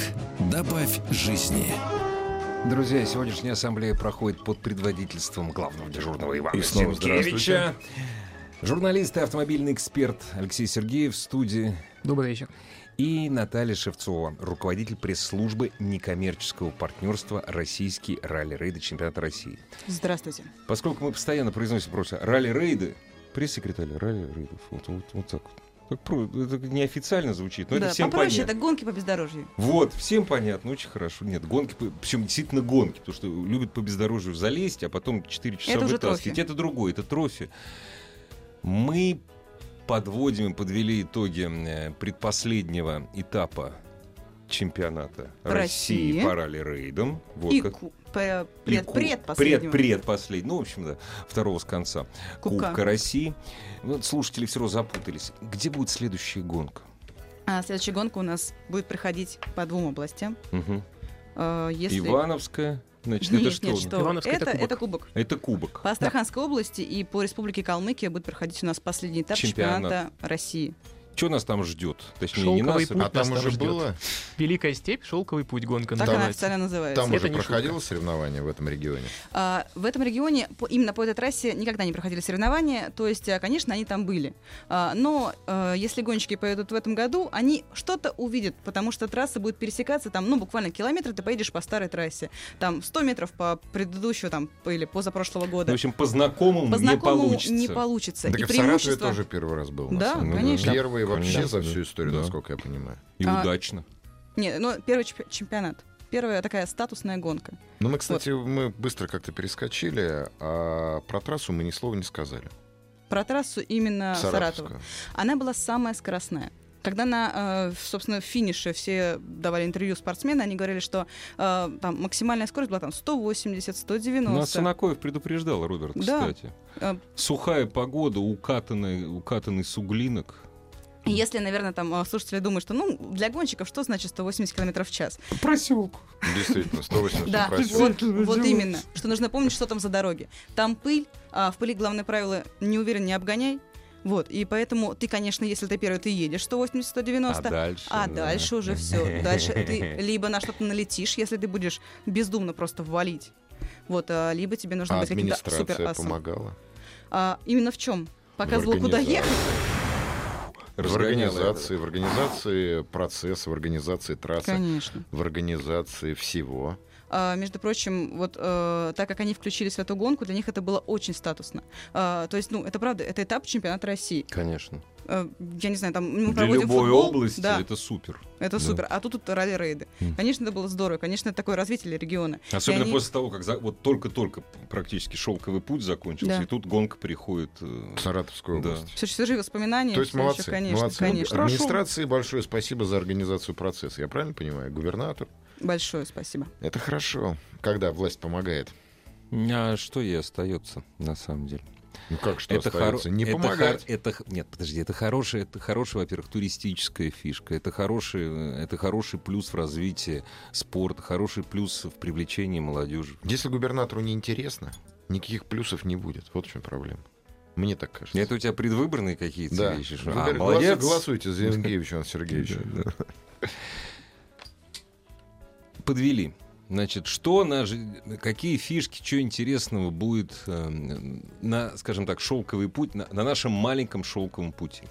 [SPEAKER 5] Добавь жизни.
[SPEAKER 1] Друзья, сегодняшняя ассамблея проходит под предводительством главного дежурного Ивана
[SPEAKER 2] И снова
[SPEAKER 1] Зинкевича. Журналист и автомобильный эксперт Алексей Сергеев в студии.
[SPEAKER 3] Добрый вечер.
[SPEAKER 1] И Наталья Шевцова, руководитель пресс-службы некоммерческого партнерства «Российский ралли-рейды чемпионата России».
[SPEAKER 4] Здравствуйте.
[SPEAKER 1] Поскольку мы постоянно произносим просто «ралли-рейды», пресс-секретарь ралли-рейдов, вот, вот, вот так вот. Как про- Это неофициально звучит, но
[SPEAKER 4] да,
[SPEAKER 1] Ну, это всем
[SPEAKER 4] попроще,
[SPEAKER 1] понятно.
[SPEAKER 4] это гонки по бездорожью.
[SPEAKER 1] Вот, всем понятно, очень хорошо. Нет, гонки, причем действительно гонки, потому что любят по бездорожью залезть, а потом 4 часа
[SPEAKER 4] Это уже
[SPEAKER 1] вытаскивать.
[SPEAKER 4] трофи.
[SPEAKER 1] Это другое, это трофи. Мы подводим и подвели итоги э, предпоследнего этапа чемпионата России,
[SPEAKER 4] России.
[SPEAKER 1] по ралли-рейдам. Вот
[SPEAKER 4] и
[SPEAKER 1] как-
[SPEAKER 4] ку- пе-
[SPEAKER 1] и
[SPEAKER 4] пред,
[SPEAKER 1] ку-
[SPEAKER 4] предпоследнего.
[SPEAKER 1] Пред, предпоследнего. Ну, в общем, да, второго с конца. Кубка,
[SPEAKER 4] Кубка.
[SPEAKER 1] России. Ну, Вот слушатели все равно запутались. Где будет следующая гонка?
[SPEAKER 4] А следующая гонка у нас будет проходить по двум областям.
[SPEAKER 1] Мгм.
[SPEAKER 4] Э, Если...
[SPEAKER 1] Ивановская. Значит,
[SPEAKER 4] Нет,
[SPEAKER 1] это
[SPEAKER 4] нет,
[SPEAKER 1] что?
[SPEAKER 4] что?
[SPEAKER 3] Ивановская
[SPEAKER 4] это,
[SPEAKER 3] это кубок.
[SPEAKER 4] это кубок.
[SPEAKER 1] Это кубок.
[SPEAKER 4] По Астраханской области и по Республике Калмыкия будет проходить у нас последний этап
[SPEAKER 1] Чемпионат.
[SPEAKER 4] чемпионата России.
[SPEAKER 1] Что нас там ждет? Точнее, не
[SPEAKER 3] Шелковый
[SPEAKER 1] нас.
[SPEAKER 3] путь.
[SPEAKER 1] а-
[SPEAKER 2] А
[SPEAKER 3] нас
[SPEAKER 2] там
[SPEAKER 3] там
[SPEAKER 2] уже
[SPEAKER 3] ждет.
[SPEAKER 2] было?
[SPEAKER 3] Великая степь, шелковый путь, гонка
[SPEAKER 4] Так она
[SPEAKER 3] называется.
[SPEAKER 4] официально называется.
[SPEAKER 2] Там
[SPEAKER 3] Это
[SPEAKER 2] уже
[SPEAKER 3] не шутка.
[SPEAKER 2] проходило соревнование в этом регионе?
[SPEAKER 4] А, в этом регионе по- именно по этой трассе никогда не проходили соревнования, то есть, а, конечно, они там были. А, но э, если гонщики поедут в этом году, они что-то увидят, потому что трасса будет пересекаться там, ну, буквально километр, ты поедешь по старой трассе. Там 100 метров по предыдущему там, или позапрошлого
[SPEAKER 1] Ну, В
[SPEAKER 4] года.
[SPEAKER 1] общем, по знакомому,
[SPEAKER 4] По
[SPEAKER 1] не
[SPEAKER 4] знакомому
[SPEAKER 1] получится.
[SPEAKER 4] не получится.
[SPEAKER 2] Так
[SPEAKER 4] И
[SPEAKER 2] и в Саратове
[SPEAKER 4] преимущество-
[SPEAKER 2] тоже первый раз был. на
[SPEAKER 4] Да,
[SPEAKER 2] самом деле.
[SPEAKER 4] конечно.
[SPEAKER 2] Первый вообще за всю историю,
[SPEAKER 1] Да.
[SPEAKER 2] насколько я понимаю.
[SPEAKER 1] И
[SPEAKER 4] А-
[SPEAKER 1] удачно.
[SPEAKER 4] Не, ну, первый чемпи- чемпионат. Первая такая статусная гонка.
[SPEAKER 2] Ну, мы, кстати, мы быстро как-то перескочили, а про трассу мы ни слова не сказали.
[SPEAKER 4] Про трассу именно Саратова.
[SPEAKER 2] Саратовскую.
[SPEAKER 4] Она была самая скоростная. Когда на, э, в- собственно, в финише все давали интервью спортсмены, они говорили, что э, там максимальная скорость была там 180, 190.
[SPEAKER 1] Нас Санакоев предупреждал, Роберт,
[SPEAKER 4] ну, Да.
[SPEAKER 1] кстати.
[SPEAKER 4] Э,
[SPEAKER 1] Сухая погода, укатанный, укатанный суглинок.
[SPEAKER 4] и Если, наверное, там э, слушатели думают, что ну для гонщиков что значит 180 км в час?
[SPEAKER 1] Проселку.
[SPEAKER 2] Действительно, 180
[SPEAKER 4] Да,
[SPEAKER 2] красиво.
[SPEAKER 4] вот, вот именно. Что нужно помнить, что там за дороги. Там пыль, а в пыли главное правило не уверен, не обгоняй. Вот, и поэтому ты, конечно, если ты первый, ты едешь 180-190,
[SPEAKER 1] А дальше?
[SPEAKER 4] А
[SPEAKER 1] да.
[SPEAKER 4] дальше уже все. Дальше ты либо на что-то налетишь, если ты будешь бездумно просто валить. Вот, а, либо тебе нужно
[SPEAKER 2] А
[SPEAKER 4] быть каким-то
[SPEAKER 2] администрация
[SPEAKER 4] супер А,
[SPEAKER 2] помогала.
[SPEAKER 4] именно в чем? Показывала,
[SPEAKER 2] В
[SPEAKER 4] куда
[SPEAKER 2] организации.
[SPEAKER 4] ехать.
[SPEAKER 2] В
[SPEAKER 1] Разгоняла
[SPEAKER 2] организации, в организации процесса, в организации трассы,
[SPEAKER 4] Конечно.
[SPEAKER 2] в организации всего.
[SPEAKER 4] А, между прочим, вот э, так как они включились в эту гонку, для них это было очень статусно. А, то есть, ну, это правда, это этап чемпионата России.
[SPEAKER 1] Конечно.
[SPEAKER 4] Э, я не знаю, там мы
[SPEAKER 1] Для
[SPEAKER 4] проводим
[SPEAKER 1] любой
[SPEAKER 4] футбол.
[SPEAKER 1] области
[SPEAKER 4] Да, это,
[SPEAKER 1] это супер. да.
[SPEAKER 4] супер. А тут, тут ралли-рейды.
[SPEAKER 2] Хм.
[SPEAKER 1] Мгм.
[SPEAKER 4] Конечно, это было здорово. Конечно, это такое развитие региона. И
[SPEAKER 1] Особенно
[SPEAKER 4] они-
[SPEAKER 1] после того, как за- вот только-только практически шелковый путь закончился,
[SPEAKER 4] Да.
[SPEAKER 1] и тут гонка приходит. э,
[SPEAKER 2] В Саратовской
[SPEAKER 1] Да.
[SPEAKER 2] области.
[SPEAKER 4] Все, живые воспоминания.
[SPEAKER 2] То есть
[SPEAKER 4] всё
[SPEAKER 2] молодцы,
[SPEAKER 4] ещё, конечно,
[SPEAKER 2] молодцы.
[SPEAKER 4] конечно.
[SPEAKER 2] Администрации большое спасибо за организацию процесса. Я правильно понимаю? Губернатор.
[SPEAKER 4] Большое спасибо.
[SPEAKER 2] Это хорошо, когда власть помогает.
[SPEAKER 1] А что ей остается на самом деле?
[SPEAKER 2] Ну как что
[SPEAKER 1] хоро-
[SPEAKER 2] остается? Не
[SPEAKER 1] это хор-
[SPEAKER 2] помогать.
[SPEAKER 1] это х- Нет, подожди, это хорошая, это хорошая, во-первых, туристическая фишка, это хороший, э, это хороший плюс в развитии спорта, хороший плюс в привлечении молодежи.
[SPEAKER 2] Если губернатору не интересно, никаких плюсов не будет. Вот в чем проблема. Мне так кажется.
[SPEAKER 1] Это у тебя предвыборные какие-то
[SPEAKER 2] да.
[SPEAKER 1] вещи? что,
[SPEAKER 2] Вы
[SPEAKER 1] а,
[SPEAKER 2] говорите,
[SPEAKER 1] молодец.
[SPEAKER 2] Голосуйте за Евгеньевича Ивана Сергеевича.
[SPEAKER 1] Подвели. Значит, что нас, ж- какие фишки, что интересного будет эм, на, скажем так, шелковый путь, на, на нашем маленьком шелковом пути?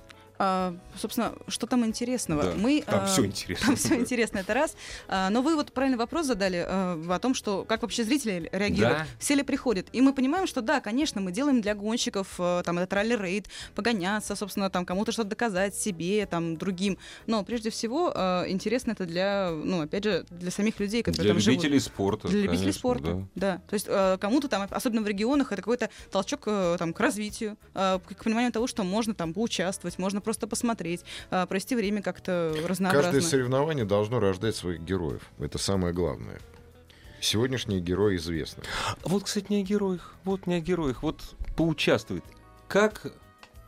[SPEAKER 4] А, собственно, что там интересного?
[SPEAKER 1] Да,
[SPEAKER 4] Мы,
[SPEAKER 1] там
[SPEAKER 4] а,
[SPEAKER 1] все интересно.
[SPEAKER 4] Там все интересно, это раз. А, но вы вот правильный вопрос задали а, о том, что как вообще зрители реагируют.
[SPEAKER 1] Да.
[SPEAKER 4] Все ли приходят? И мы понимаем, что да, конечно, мы делаем для гонщиков а, там этот ралли-рейд, погоняться, собственно, там кому-то что-то доказать себе, там другим. Но прежде всего а, интересно это для, ну, опять же, для самих людей, которые
[SPEAKER 1] Для
[SPEAKER 4] там живут.
[SPEAKER 1] любителей спорта.
[SPEAKER 4] Для любителей
[SPEAKER 1] конечно,
[SPEAKER 4] спорта,
[SPEAKER 1] да.
[SPEAKER 4] да. То есть э, кому-то там, особенно в регионах, это какой-то толчок э, там, к развитию, э, к к пониманию того, что можно там поучаствовать, можно просто посмотреть, э, провести время как-то разнообразно.
[SPEAKER 2] Каждое соревнование должно рождать своих героев. Это самое главное. Сегодняшние герои известны.
[SPEAKER 1] А Вот, кстати, не о героях. Вот не о героях. Вот поучаствует. Как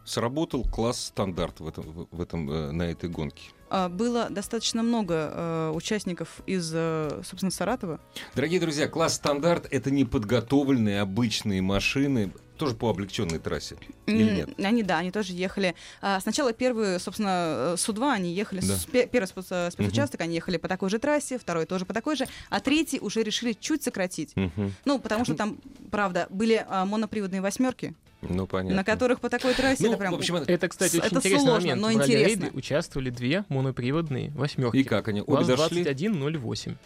[SPEAKER 1] сработал класс стандарт в этом, в- в этом, э, на этой гонке?
[SPEAKER 4] А, было достаточно много э, участников из, э, собственно, Саратова.
[SPEAKER 1] Дорогие друзья, класс стандарт — это неподготовленные обычные машины, тоже по облегченной трассе. Или
[SPEAKER 4] М,
[SPEAKER 1] нет?
[SPEAKER 4] Они, да, они тоже ехали. А, Сначала первые, собственно, э, Су-2, они ехали...
[SPEAKER 1] Да.
[SPEAKER 4] с- пе- Первый спец- э, спецучасток, они ехали по такой же трассе, второй тоже по такой же, а третий уже решили чуть сократить.
[SPEAKER 1] Мгм.
[SPEAKER 4] Ну, потому что там, правда, были а, моноприводные восьмерки,
[SPEAKER 1] Ну, понятно.
[SPEAKER 4] на которых по такой трассе
[SPEAKER 1] Ну,
[SPEAKER 4] это прям...
[SPEAKER 1] в общем, это-
[SPEAKER 3] Это, кстати,
[SPEAKER 4] С-
[SPEAKER 3] очень
[SPEAKER 4] это
[SPEAKER 3] интересный
[SPEAKER 4] сложно,
[SPEAKER 3] момент.
[SPEAKER 4] но
[SPEAKER 3] В ралли-рейде
[SPEAKER 4] интересно.
[SPEAKER 3] участвовали две моноприводные восьмерки.
[SPEAKER 1] И как они? Обе
[SPEAKER 3] Класс
[SPEAKER 1] дошли?
[SPEAKER 3] 2108.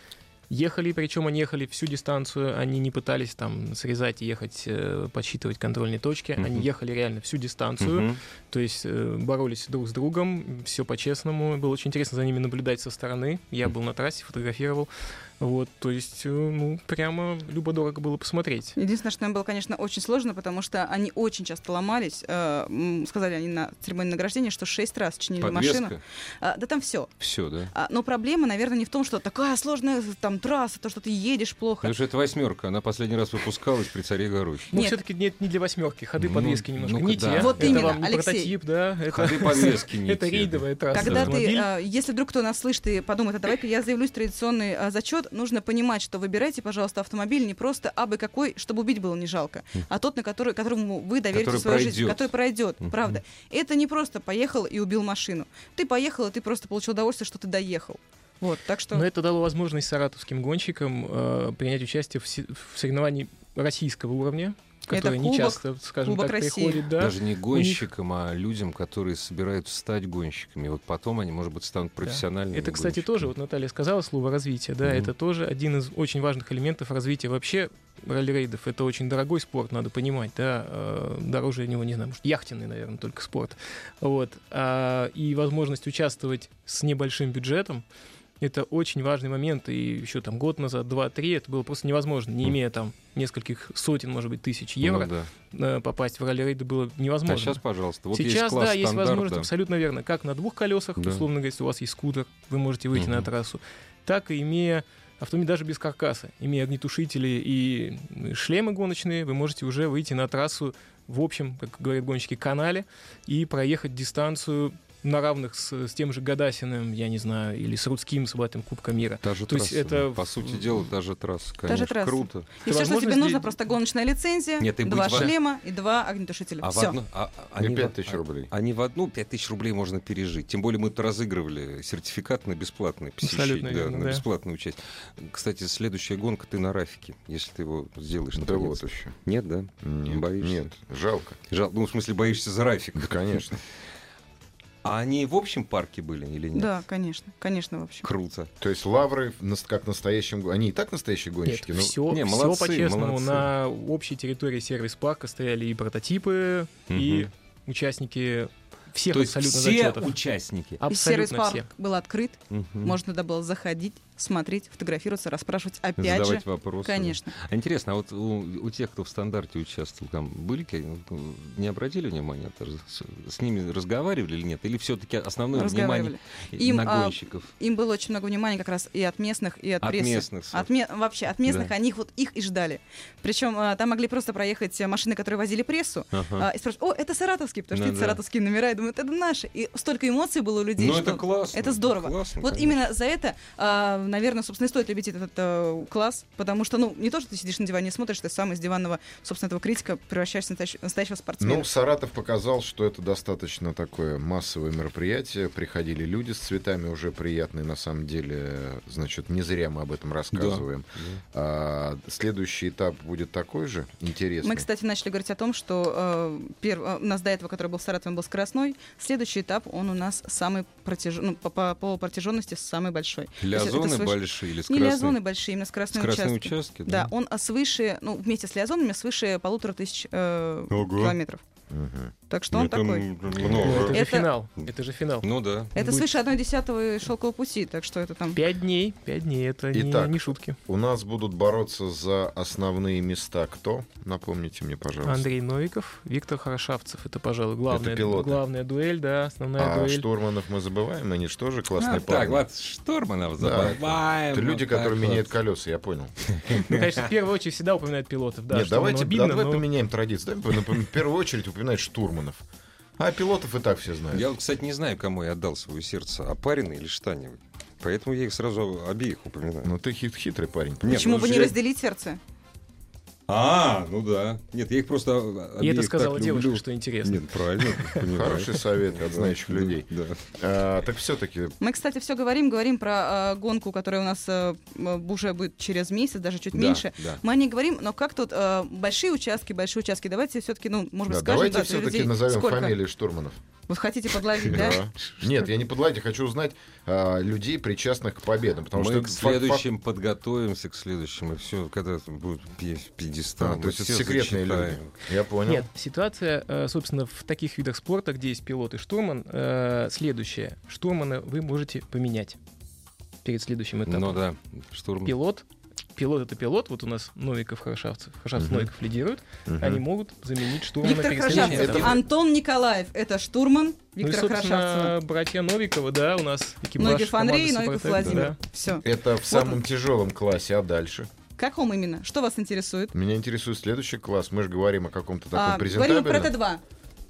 [SPEAKER 3] Ехали, причем они ехали всю дистанцию, они не пытались там срезать и ехать, э, подсчитывать контрольные точки,
[SPEAKER 1] Мгм.
[SPEAKER 3] они ехали реально всю дистанцию,
[SPEAKER 1] Мгм.
[SPEAKER 3] то есть э, боролись друг с другом, все по-честному, было очень интересно за ними наблюдать со стороны, я был на трассе, фотографировал, вот, то есть, э, ну, прямо любо-дорого было посмотреть.
[SPEAKER 4] Единственное, что им было, конечно, очень сложно, потому что они очень часто ломались. Э, м, Сказали они на церемонии награждения, что шесть раз чинили машину.
[SPEAKER 1] Подвеска.
[SPEAKER 4] А, Да там все.
[SPEAKER 1] Все, да.
[SPEAKER 4] Но проблема, наверное, не в том, что такая сложная э, там трасса, то, что ты едешь плохо.
[SPEAKER 1] Потому что это восьмерка, она последний раз выпускалась при царе Горохе.
[SPEAKER 3] Ну,
[SPEAKER 4] Нет.
[SPEAKER 3] все-таки нет, не для восьмерки, ходы
[SPEAKER 1] Ну,
[SPEAKER 3] подвески немножко,
[SPEAKER 1] ну-ка,
[SPEAKER 3] не те,
[SPEAKER 1] да.
[SPEAKER 4] Вот
[SPEAKER 3] это
[SPEAKER 4] именно,
[SPEAKER 3] вам не
[SPEAKER 4] Алексей.
[SPEAKER 3] прототип, да, это,
[SPEAKER 1] Ходы подвески не
[SPEAKER 3] это
[SPEAKER 1] те, да.
[SPEAKER 3] рейдовая трасса.
[SPEAKER 4] Когда ты,
[SPEAKER 3] автомобиль.
[SPEAKER 4] э, если вдруг кто нас слышит и подумает, а давай-ка я заявлюсь в традиционный э, зачет, нужно понимать, что выбирайте, пожалуйста, автомобиль не просто абы какой, чтобы убить было не жалко, а тот, на который, которому вы доверите
[SPEAKER 1] Который
[SPEAKER 4] свою жизнь,
[SPEAKER 1] пройдет.
[SPEAKER 4] который пройдет, правда. Это не просто поехал и убил машину. Ты поехал, и ты просто получил удовольствие, что ты доехал. Вот, так что...
[SPEAKER 3] Но Ну, это дало возможность саратовским гонщикам э, принять участие в, се- в соревновании российского уровня,
[SPEAKER 4] Это
[SPEAKER 3] которое не
[SPEAKER 4] кубок-
[SPEAKER 3] часто, скажем
[SPEAKER 4] Кубок
[SPEAKER 3] так,
[SPEAKER 4] России.
[SPEAKER 3] приходит, да.
[SPEAKER 1] Даже не гонщикам, а людям, которые собираются стать гонщиками. Вот потом они, может быть, станут профессиональными.
[SPEAKER 3] Это, кстати,
[SPEAKER 1] гонщиками.
[SPEAKER 3] тоже, вот Наталья сказала слово развитие, да,
[SPEAKER 1] Э, Мгм.
[SPEAKER 3] это тоже один из очень важных элементов развития вообще ралли-рейдов. Это очень дорогой спорт, надо понимать, да, э, дороже него, не знаю, может, яхтенный, наверное, только спорт. Вот. А, и возможность участвовать с небольшим бюджетом, это очень важный момент, и еще там год назад, два-три, это было просто невозможно, не
[SPEAKER 1] Мгм.
[SPEAKER 3] имея там нескольких сотен, может быть, тысяч
[SPEAKER 1] Ну
[SPEAKER 3] евро,
[SPEAKER 1] да.
[SPEAKER 3] э, попасть в ралли-рейды было
[SPEAKER 1] А
[SPEAKER 3] невозможно.
[SPEAKER 1] сейчас, пожалуйста, вот есть
[SPEAKER 3] Сейчас,
[SPEAKER 1] класс
[SPEAKER 3] да, есть
[SPEAKER 1] стандарт,
[SPEAKER 3] возможность,
[SPEAKER 1] да.
[SPEAKER 3] абсолютно верно. Как на двух колесах,
[SPEAKER 1] Да.
[SPEAKER 3] условно говоря, если у вас есть скутер, вы можете выйти на
[SPEAKER 1] Мгм.
[SPEAKER 3] трассу, так и имея автомобиль даже без каркаса, имея огнетушители и шлемы гоночные, вы можете уже выйти на трассу в общем, как говорят гонщики, канале и проехать дистанцию на равных с, с тем же Гадасиным, я не знаю, или с Рудским, с батым Кубка мира.
[SPEAKER 1] Даже
[SPEAKER 3] То есть
[SPEAKER 1] трасса,
[SPEAKER 3] это
[SPEAKER 1] да. По
[SPEAKER 3] в-
[SPEAKER 1] сути дела, даже трасса,
[SPEAKER 4] Даже
[SPEAKER 1] конечно.
[SPEAKER 4] трасса.
[SPEAKER 1] Круто.
[SPEAKER 4] и все, что тебе
[SPEAKER 3] возможность
[SPEAKER 4] нужно,
[SPEAKER 3] здесь-
[SPEAKER 4] просто гоночная лицензия,
[SPEAKER 1] Нет, и будет
[SPEAKER 4] два
[SPEAKER 1] ва-
[SPEAKER 4] шлема и два огнетушителя.
[SPEAKER 1] А в
[SPEAKER 4] Все.
[SPEAKER 1] одну- а- а-
[SPEAKER 2] Мне
[SPEAKER 1] они в-
[SPEAKER 2] 5 тысяч
[SPEAKER 1] а-
[SPEAKER 2] рублей.
[SPEAKER 1] Они в одну 5 тысяч рублей можно пережить. Тем более мы тут разыгрывали сертификат на бесплатное посещение.
[SPEAKER 3] Абсолютно
[SPEAKER 1] да,
[SPEAKER 3] верно,
[SPEAKER 1] на
[SPEAKER 3] да.
[SPEAKER 1] бесплатную участие. Кстати, следующая гонка ты на Рафике, если ты его сделаешь.
[SPEAKER 2] Да
[SPEAKER 1] наконец.
[SPEAKER 2] вот еще.
[SPEAKER 1] Нет, да?
[SPEAKER 2] Нет,
[SPEAKER 1] ну Боишься?
[SPEAKER 2] нет, жалко.
[SPEAKER 1] Жал... Ну, в смысле, боишься за Рафик.
[SPEAKER 2] Да, Ну, конечно.
[SPEAKER 1] А они в общем парке были или нет?
[SPEAKER 4] Да, конечно, конечно, в общем.
[SPEAKER 1] Круто.
[SPEAKER 2] То есть лавры нас- как настоящим... го- Они и так настоящие
[SPEAKER 3] Нет,
[SPEAKER 2] гонщики. но-
[SPEAKER 3] все,
[SPEAKER 1] не, молодцы,
[SPEAKER 3] по-честному.
[SPEAKER 1] молодцы.
[SPEAKER 3] На общей территории сервис-парка стояли и прототипы, и участники всех
[SPEAKER 1] То есть
[SPEAKER 3] абсолютно
[SPEAKER 1] все
[SPEAKER 3] зачетов.
[SPEAKER 1] участники.
[SPEAKER 2] А
[SPEAKER 4] И
[SPEAKER 3] Абсолютно
[SPEAKER 4] сервис-парк
[SPEAKER 3] все.
[SPEAKER 4] был открыт,
[SPEAKER 1] Мгм.
[SPEAKER 4] можно туда было заходить, смотреть, фотографироваться, расспрашивать опять
[SPEAKER 1] Задавать
[SPEAKER 4] же.
[SPEAKER 1] вопросы.
[SPEAKER 4] Конечно.
[SPEAKER 1] А Интересно, а вот у, у тех, кто в стандарте участвовал, там были ки- ну, не обратили внимания, даже с, с ними разговаривали или нет, или все-таки основное Ну, внимание
[SPEAKER 4] Разговаривали. Им,
[SPEAKER 1] на
[SPEAKER 4] а,
[SPEAKER 1] гонщиков
[SPEAKER 4] Им было очень много внимания как раз и от местных, и от,
[SPEAKER 1] от
[SPEAKER 4] прессы.
[SPEAKER 1] местных. сор-
[SPEAKER 4] От ме- Вообще, от местных
[SPEAKER 1] Да.
[SPEAKER 4] они их вот их и ждали. Причем а, там могли просто проехать а, машины, которые возили прессу.
[SPEAKER 1] Ага.
[SPEAKER 4] а, и спрашивать, о, это саратовские, потому что
[SPEAKER 1] Ну
[SPEAKER 4] это
[SPEAKER 1] да.
[SPEAKER 4] саратовские номера. Я думаю, это наши. И столько эмоций было у людей,
[SPEAKER 1] Ну,
[SPEAKER 4] что...
[SPEAKER 1] это классно.
[SPEAKER 4] это здорово.
[SPEAKER 1] классно,
[SPEAKER 4] Вот
[SPEAKER 1] конечно.
[SPEAKER 4] именно за это, а, наверное, собственно, и стоит любить этот э, класс, потому что, ну, не то, что ты сидишь на диване и смотришь, ты сам из диванного, собственно, этого критика превращаешься в настоящ- в настоящего спортсмена.
[SPEAKER 2] Ну, Саратов показал, что это достаточно такое массовое мероприятие. Приходили люди с цветами уже приятные, на самом деле. Значит, не зря мы об этом рассказываем. А, следующий этап будет такой же, интересный.
[SPEAKER 4] Мы, кстати, начали говорить о том, что э, перв- э, у нас до этого, который был в Саратове, он был скоростной. Следующий этап, он у нас самый протяж... ну, по, по, по протяженности самый большой. То есть это
[SPEAKER 1] Лиазоны
[SPEAKER 4] свыше-
[SPEAKER 1] большие или
[SPEAKER 4] Не
[SPEAKER 1] скоростные?
[SPEAKER 4] лиазоны большие, именно скоростные,
[SPEAKER 1] Скоростные
[SPEAKER 4] участки.
[SPEAKER 1] участки,
[SPEAKER 4] Да,
[SPEAKER 1] да?
[SPEAKER 4] он а, свыше, ну, вместе с лиазонами свыше полутора тысяч э,
[SPEAKER 1] Ого.
[SPEAKER 4] километров.
[SPEAKER 2] Мгм.
[SPEAKER 4] Так что он
[SPEAKER 1] Это
[SPEAKER 4] такой.
[SPEAKER 1] м-
[SPEAKER 3] Ну,
[SPEAKER 1] много.
[SPEAKER 3] это же
[SPEAKER 4] Это-
[SPEAKER 3] финал. Это же финал.
[SPEAKER 1] Ну да.
[SPEAKER 4] Это
[SPEAKER 3] будет-
[SPEAKER 4] свыше одной десятого шелкового пути, так что это там...
[SPEAKER 3] Пять дней, пять дней, это не-
[SPEAKER 2] Итак,
[SPEAKER 3] не, шутки.
[SPEAKER 2] У нас будут бороться за основные места. Кто? Напомните мне, пожалуйста.
[SPEAKER 3] Андрей Новиков, Виктор Хорошавцев, это, пожалуй, главная,
[SPEAKER 2] Это пилоты.
[SPEAKER 3] главная дуэль, да, основная
[SPEAKER 2] А
[SPEAKER 3] дуэль.
[SPEAKER 2] штурманов мы забываем, они же тоже классные
[SPEAKER 1] А,
[SPEAKER 2] парни.
[SPEAKER 1] так, вот Шторманов
[SPEAKER 2] Да.
[SPEAKER 1] забываем.
[SPEAKER 2] Это люди,
[SPEAKER 1] вот так
[SPEAKER 2] которые
[SPEAKER 1] вот.
[SPEAKER 2] меняют колеса, я понял.
[SPEAKER 3] Ну, конечно, в первую очередь всегда упоминают пилотов, да,
[SPEAKER 2] Нет,
[SPEAKER 3] что
[SPEAKER 2] давайте,
[SPEAKER 3] оно обидно,
[SPEAKER 2] давай
[SPEAKER 3] но-
[SPEAKER 2] поменяем традицию. Давай, напом- в первую очередь упоминать штурманов. А пилотов и так все знают.
[SPEAKER 1] Я, вот, кстати, не знаю, кому я отдал свое сердце, опаренный или штаневый. Поэтому я их сразу обеих упоминаю.
[SPEAKER 2] Ну ты хит- хитрый парень.
[SPEAKER 1] Нет,
[SPEAKER 4] Почему
[SPEAKER 1] ну,
[SPEAKER 4] бы не
[SPEAKER 1] я-
[SPEAKER 4] разделить сердце?
[SPEAKER 1] А, ну да. Нет, я их просто о-
[SPEAKER 3] И это
[SPEAKER 1] обеих
[SPEAKER 3] сказала
[SPEAKER 1] так
[SPEAKER 3] девушка,
[SPEAKER 1] люблю.
[SPEAKER 3] что интересно.
[SPEAKER 1] Нет, правильно. понимаю.
[SPEAKER 2] Хороший совет от знающих
[SPEAKER 1] Да,
[SPEAKER 2] людей.
[SPEAKER 1] Да.
[SPEAKER 2] А, так все-таки
[SPEAKER 4] Мы, кстати, все говорим, говорим про э, гонку, которая у нас э, м, уже будет через месяц, даже чуть
[SPEAKER 1] Да,
[SPEAKER 4] меньше.
[SPEAKER 1] да.
[SPEAKER 4] Мы о ней говорим, но как тут э, большие участки, большие участки, давайте все-таки, ну, может быть, скажем,
[SPEAKER 2] давайте
[SPEAKER 4] да, для
[SPEAKER 2] все-таки
[SPEAKER 4] людей,
[SPEAKER 2] назовем
[SPEAKER 4] сколько?
[SPEAKER 2] фамилии штурманов.
[SPEAKER 4] Вот хотите подловить, да?
[SPEAKER 2] Да. Нет, я не подловить, я хочу узнать а, людей, причастных к победам. Потому
[SPEAKER 1] мы
[SPEAKER 2] что
[SPEAKER 1] к
[SPEAKER 2] это факт-
[SPEAKER 1] следующим подготовимся, к следующим, и все, когда будет пе- пьедестал.
[SPEAKER 2] А,
[SPEAKER 1] Ну, мы
[SPEAKER 2] то есть это
[SPEAKER 1] всё
[SPEAKER 2] секретные люди.
[SPEAKER 1] зачитаем.
[SPEAKER 2] Я понял.
[SPEAKER 3] Нет, ситуация, э, собственно, в таких видах спорта, где есть пилот и штурман, э, следующая. Штурмана вы можете поменять перед следующим этапом.
[SPEAKER 1] Ну да, штурм.
[SPEAKER 3] Пилот, пилот это пилот, вот у нас Новиков, Хорошавцев, Хорошавцев,
[SPEAKER 2] Мгм.
[SPEAKER 3] Новиков лидируют,
[SPEAKER 2] Мгм.
[SPEAKER 3] они могут заменить штурмана
[SPEAKER 4] Виктор
[SPEAKER 3] перед следующим
[SPEAKER 4] Крашавцев.
[SPEAKER 3] этапом.
[SPEAKER 4] Антон Николаев. Это штурман
[SPEAKER 3] Ну и,
[SPEAKER 4] Виктора Крашавцева.
[SPEAKER 3] собственно, братья Новикова, да, у нас экипаж
[SPEAKER 4] Ногов Андрей,
[SPEAKER 3] команды
[SPEAKER 4] Ногов
[SPEAKER 3] «Супротек»,
[SPEAKER 4] Владимир.
[SPEAKER 3] да.
[SPEAKER 4] Все.
[SPEAKER 2] Это в самом тяжелом классе, а дальше?
[SPEAKER 4] Каком именно? Что вас интересует?
[SPEAKER 2] Меня интересует следующий класс. Мы же говорим о каком-то таком
[SPEAKER 4] А, говорим
[SPEAKER 2] презентабельном.
[SPEAKER 4] про Т2.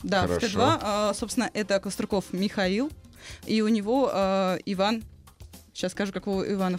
[SPEAKER 4] Да, в
[SPEAKER 2] Хорошо.
[SPEAKER 4] Т2, а, собственно, это Коструков Михаил, и у него а, Иван. Сейчас скажу, какого Ивана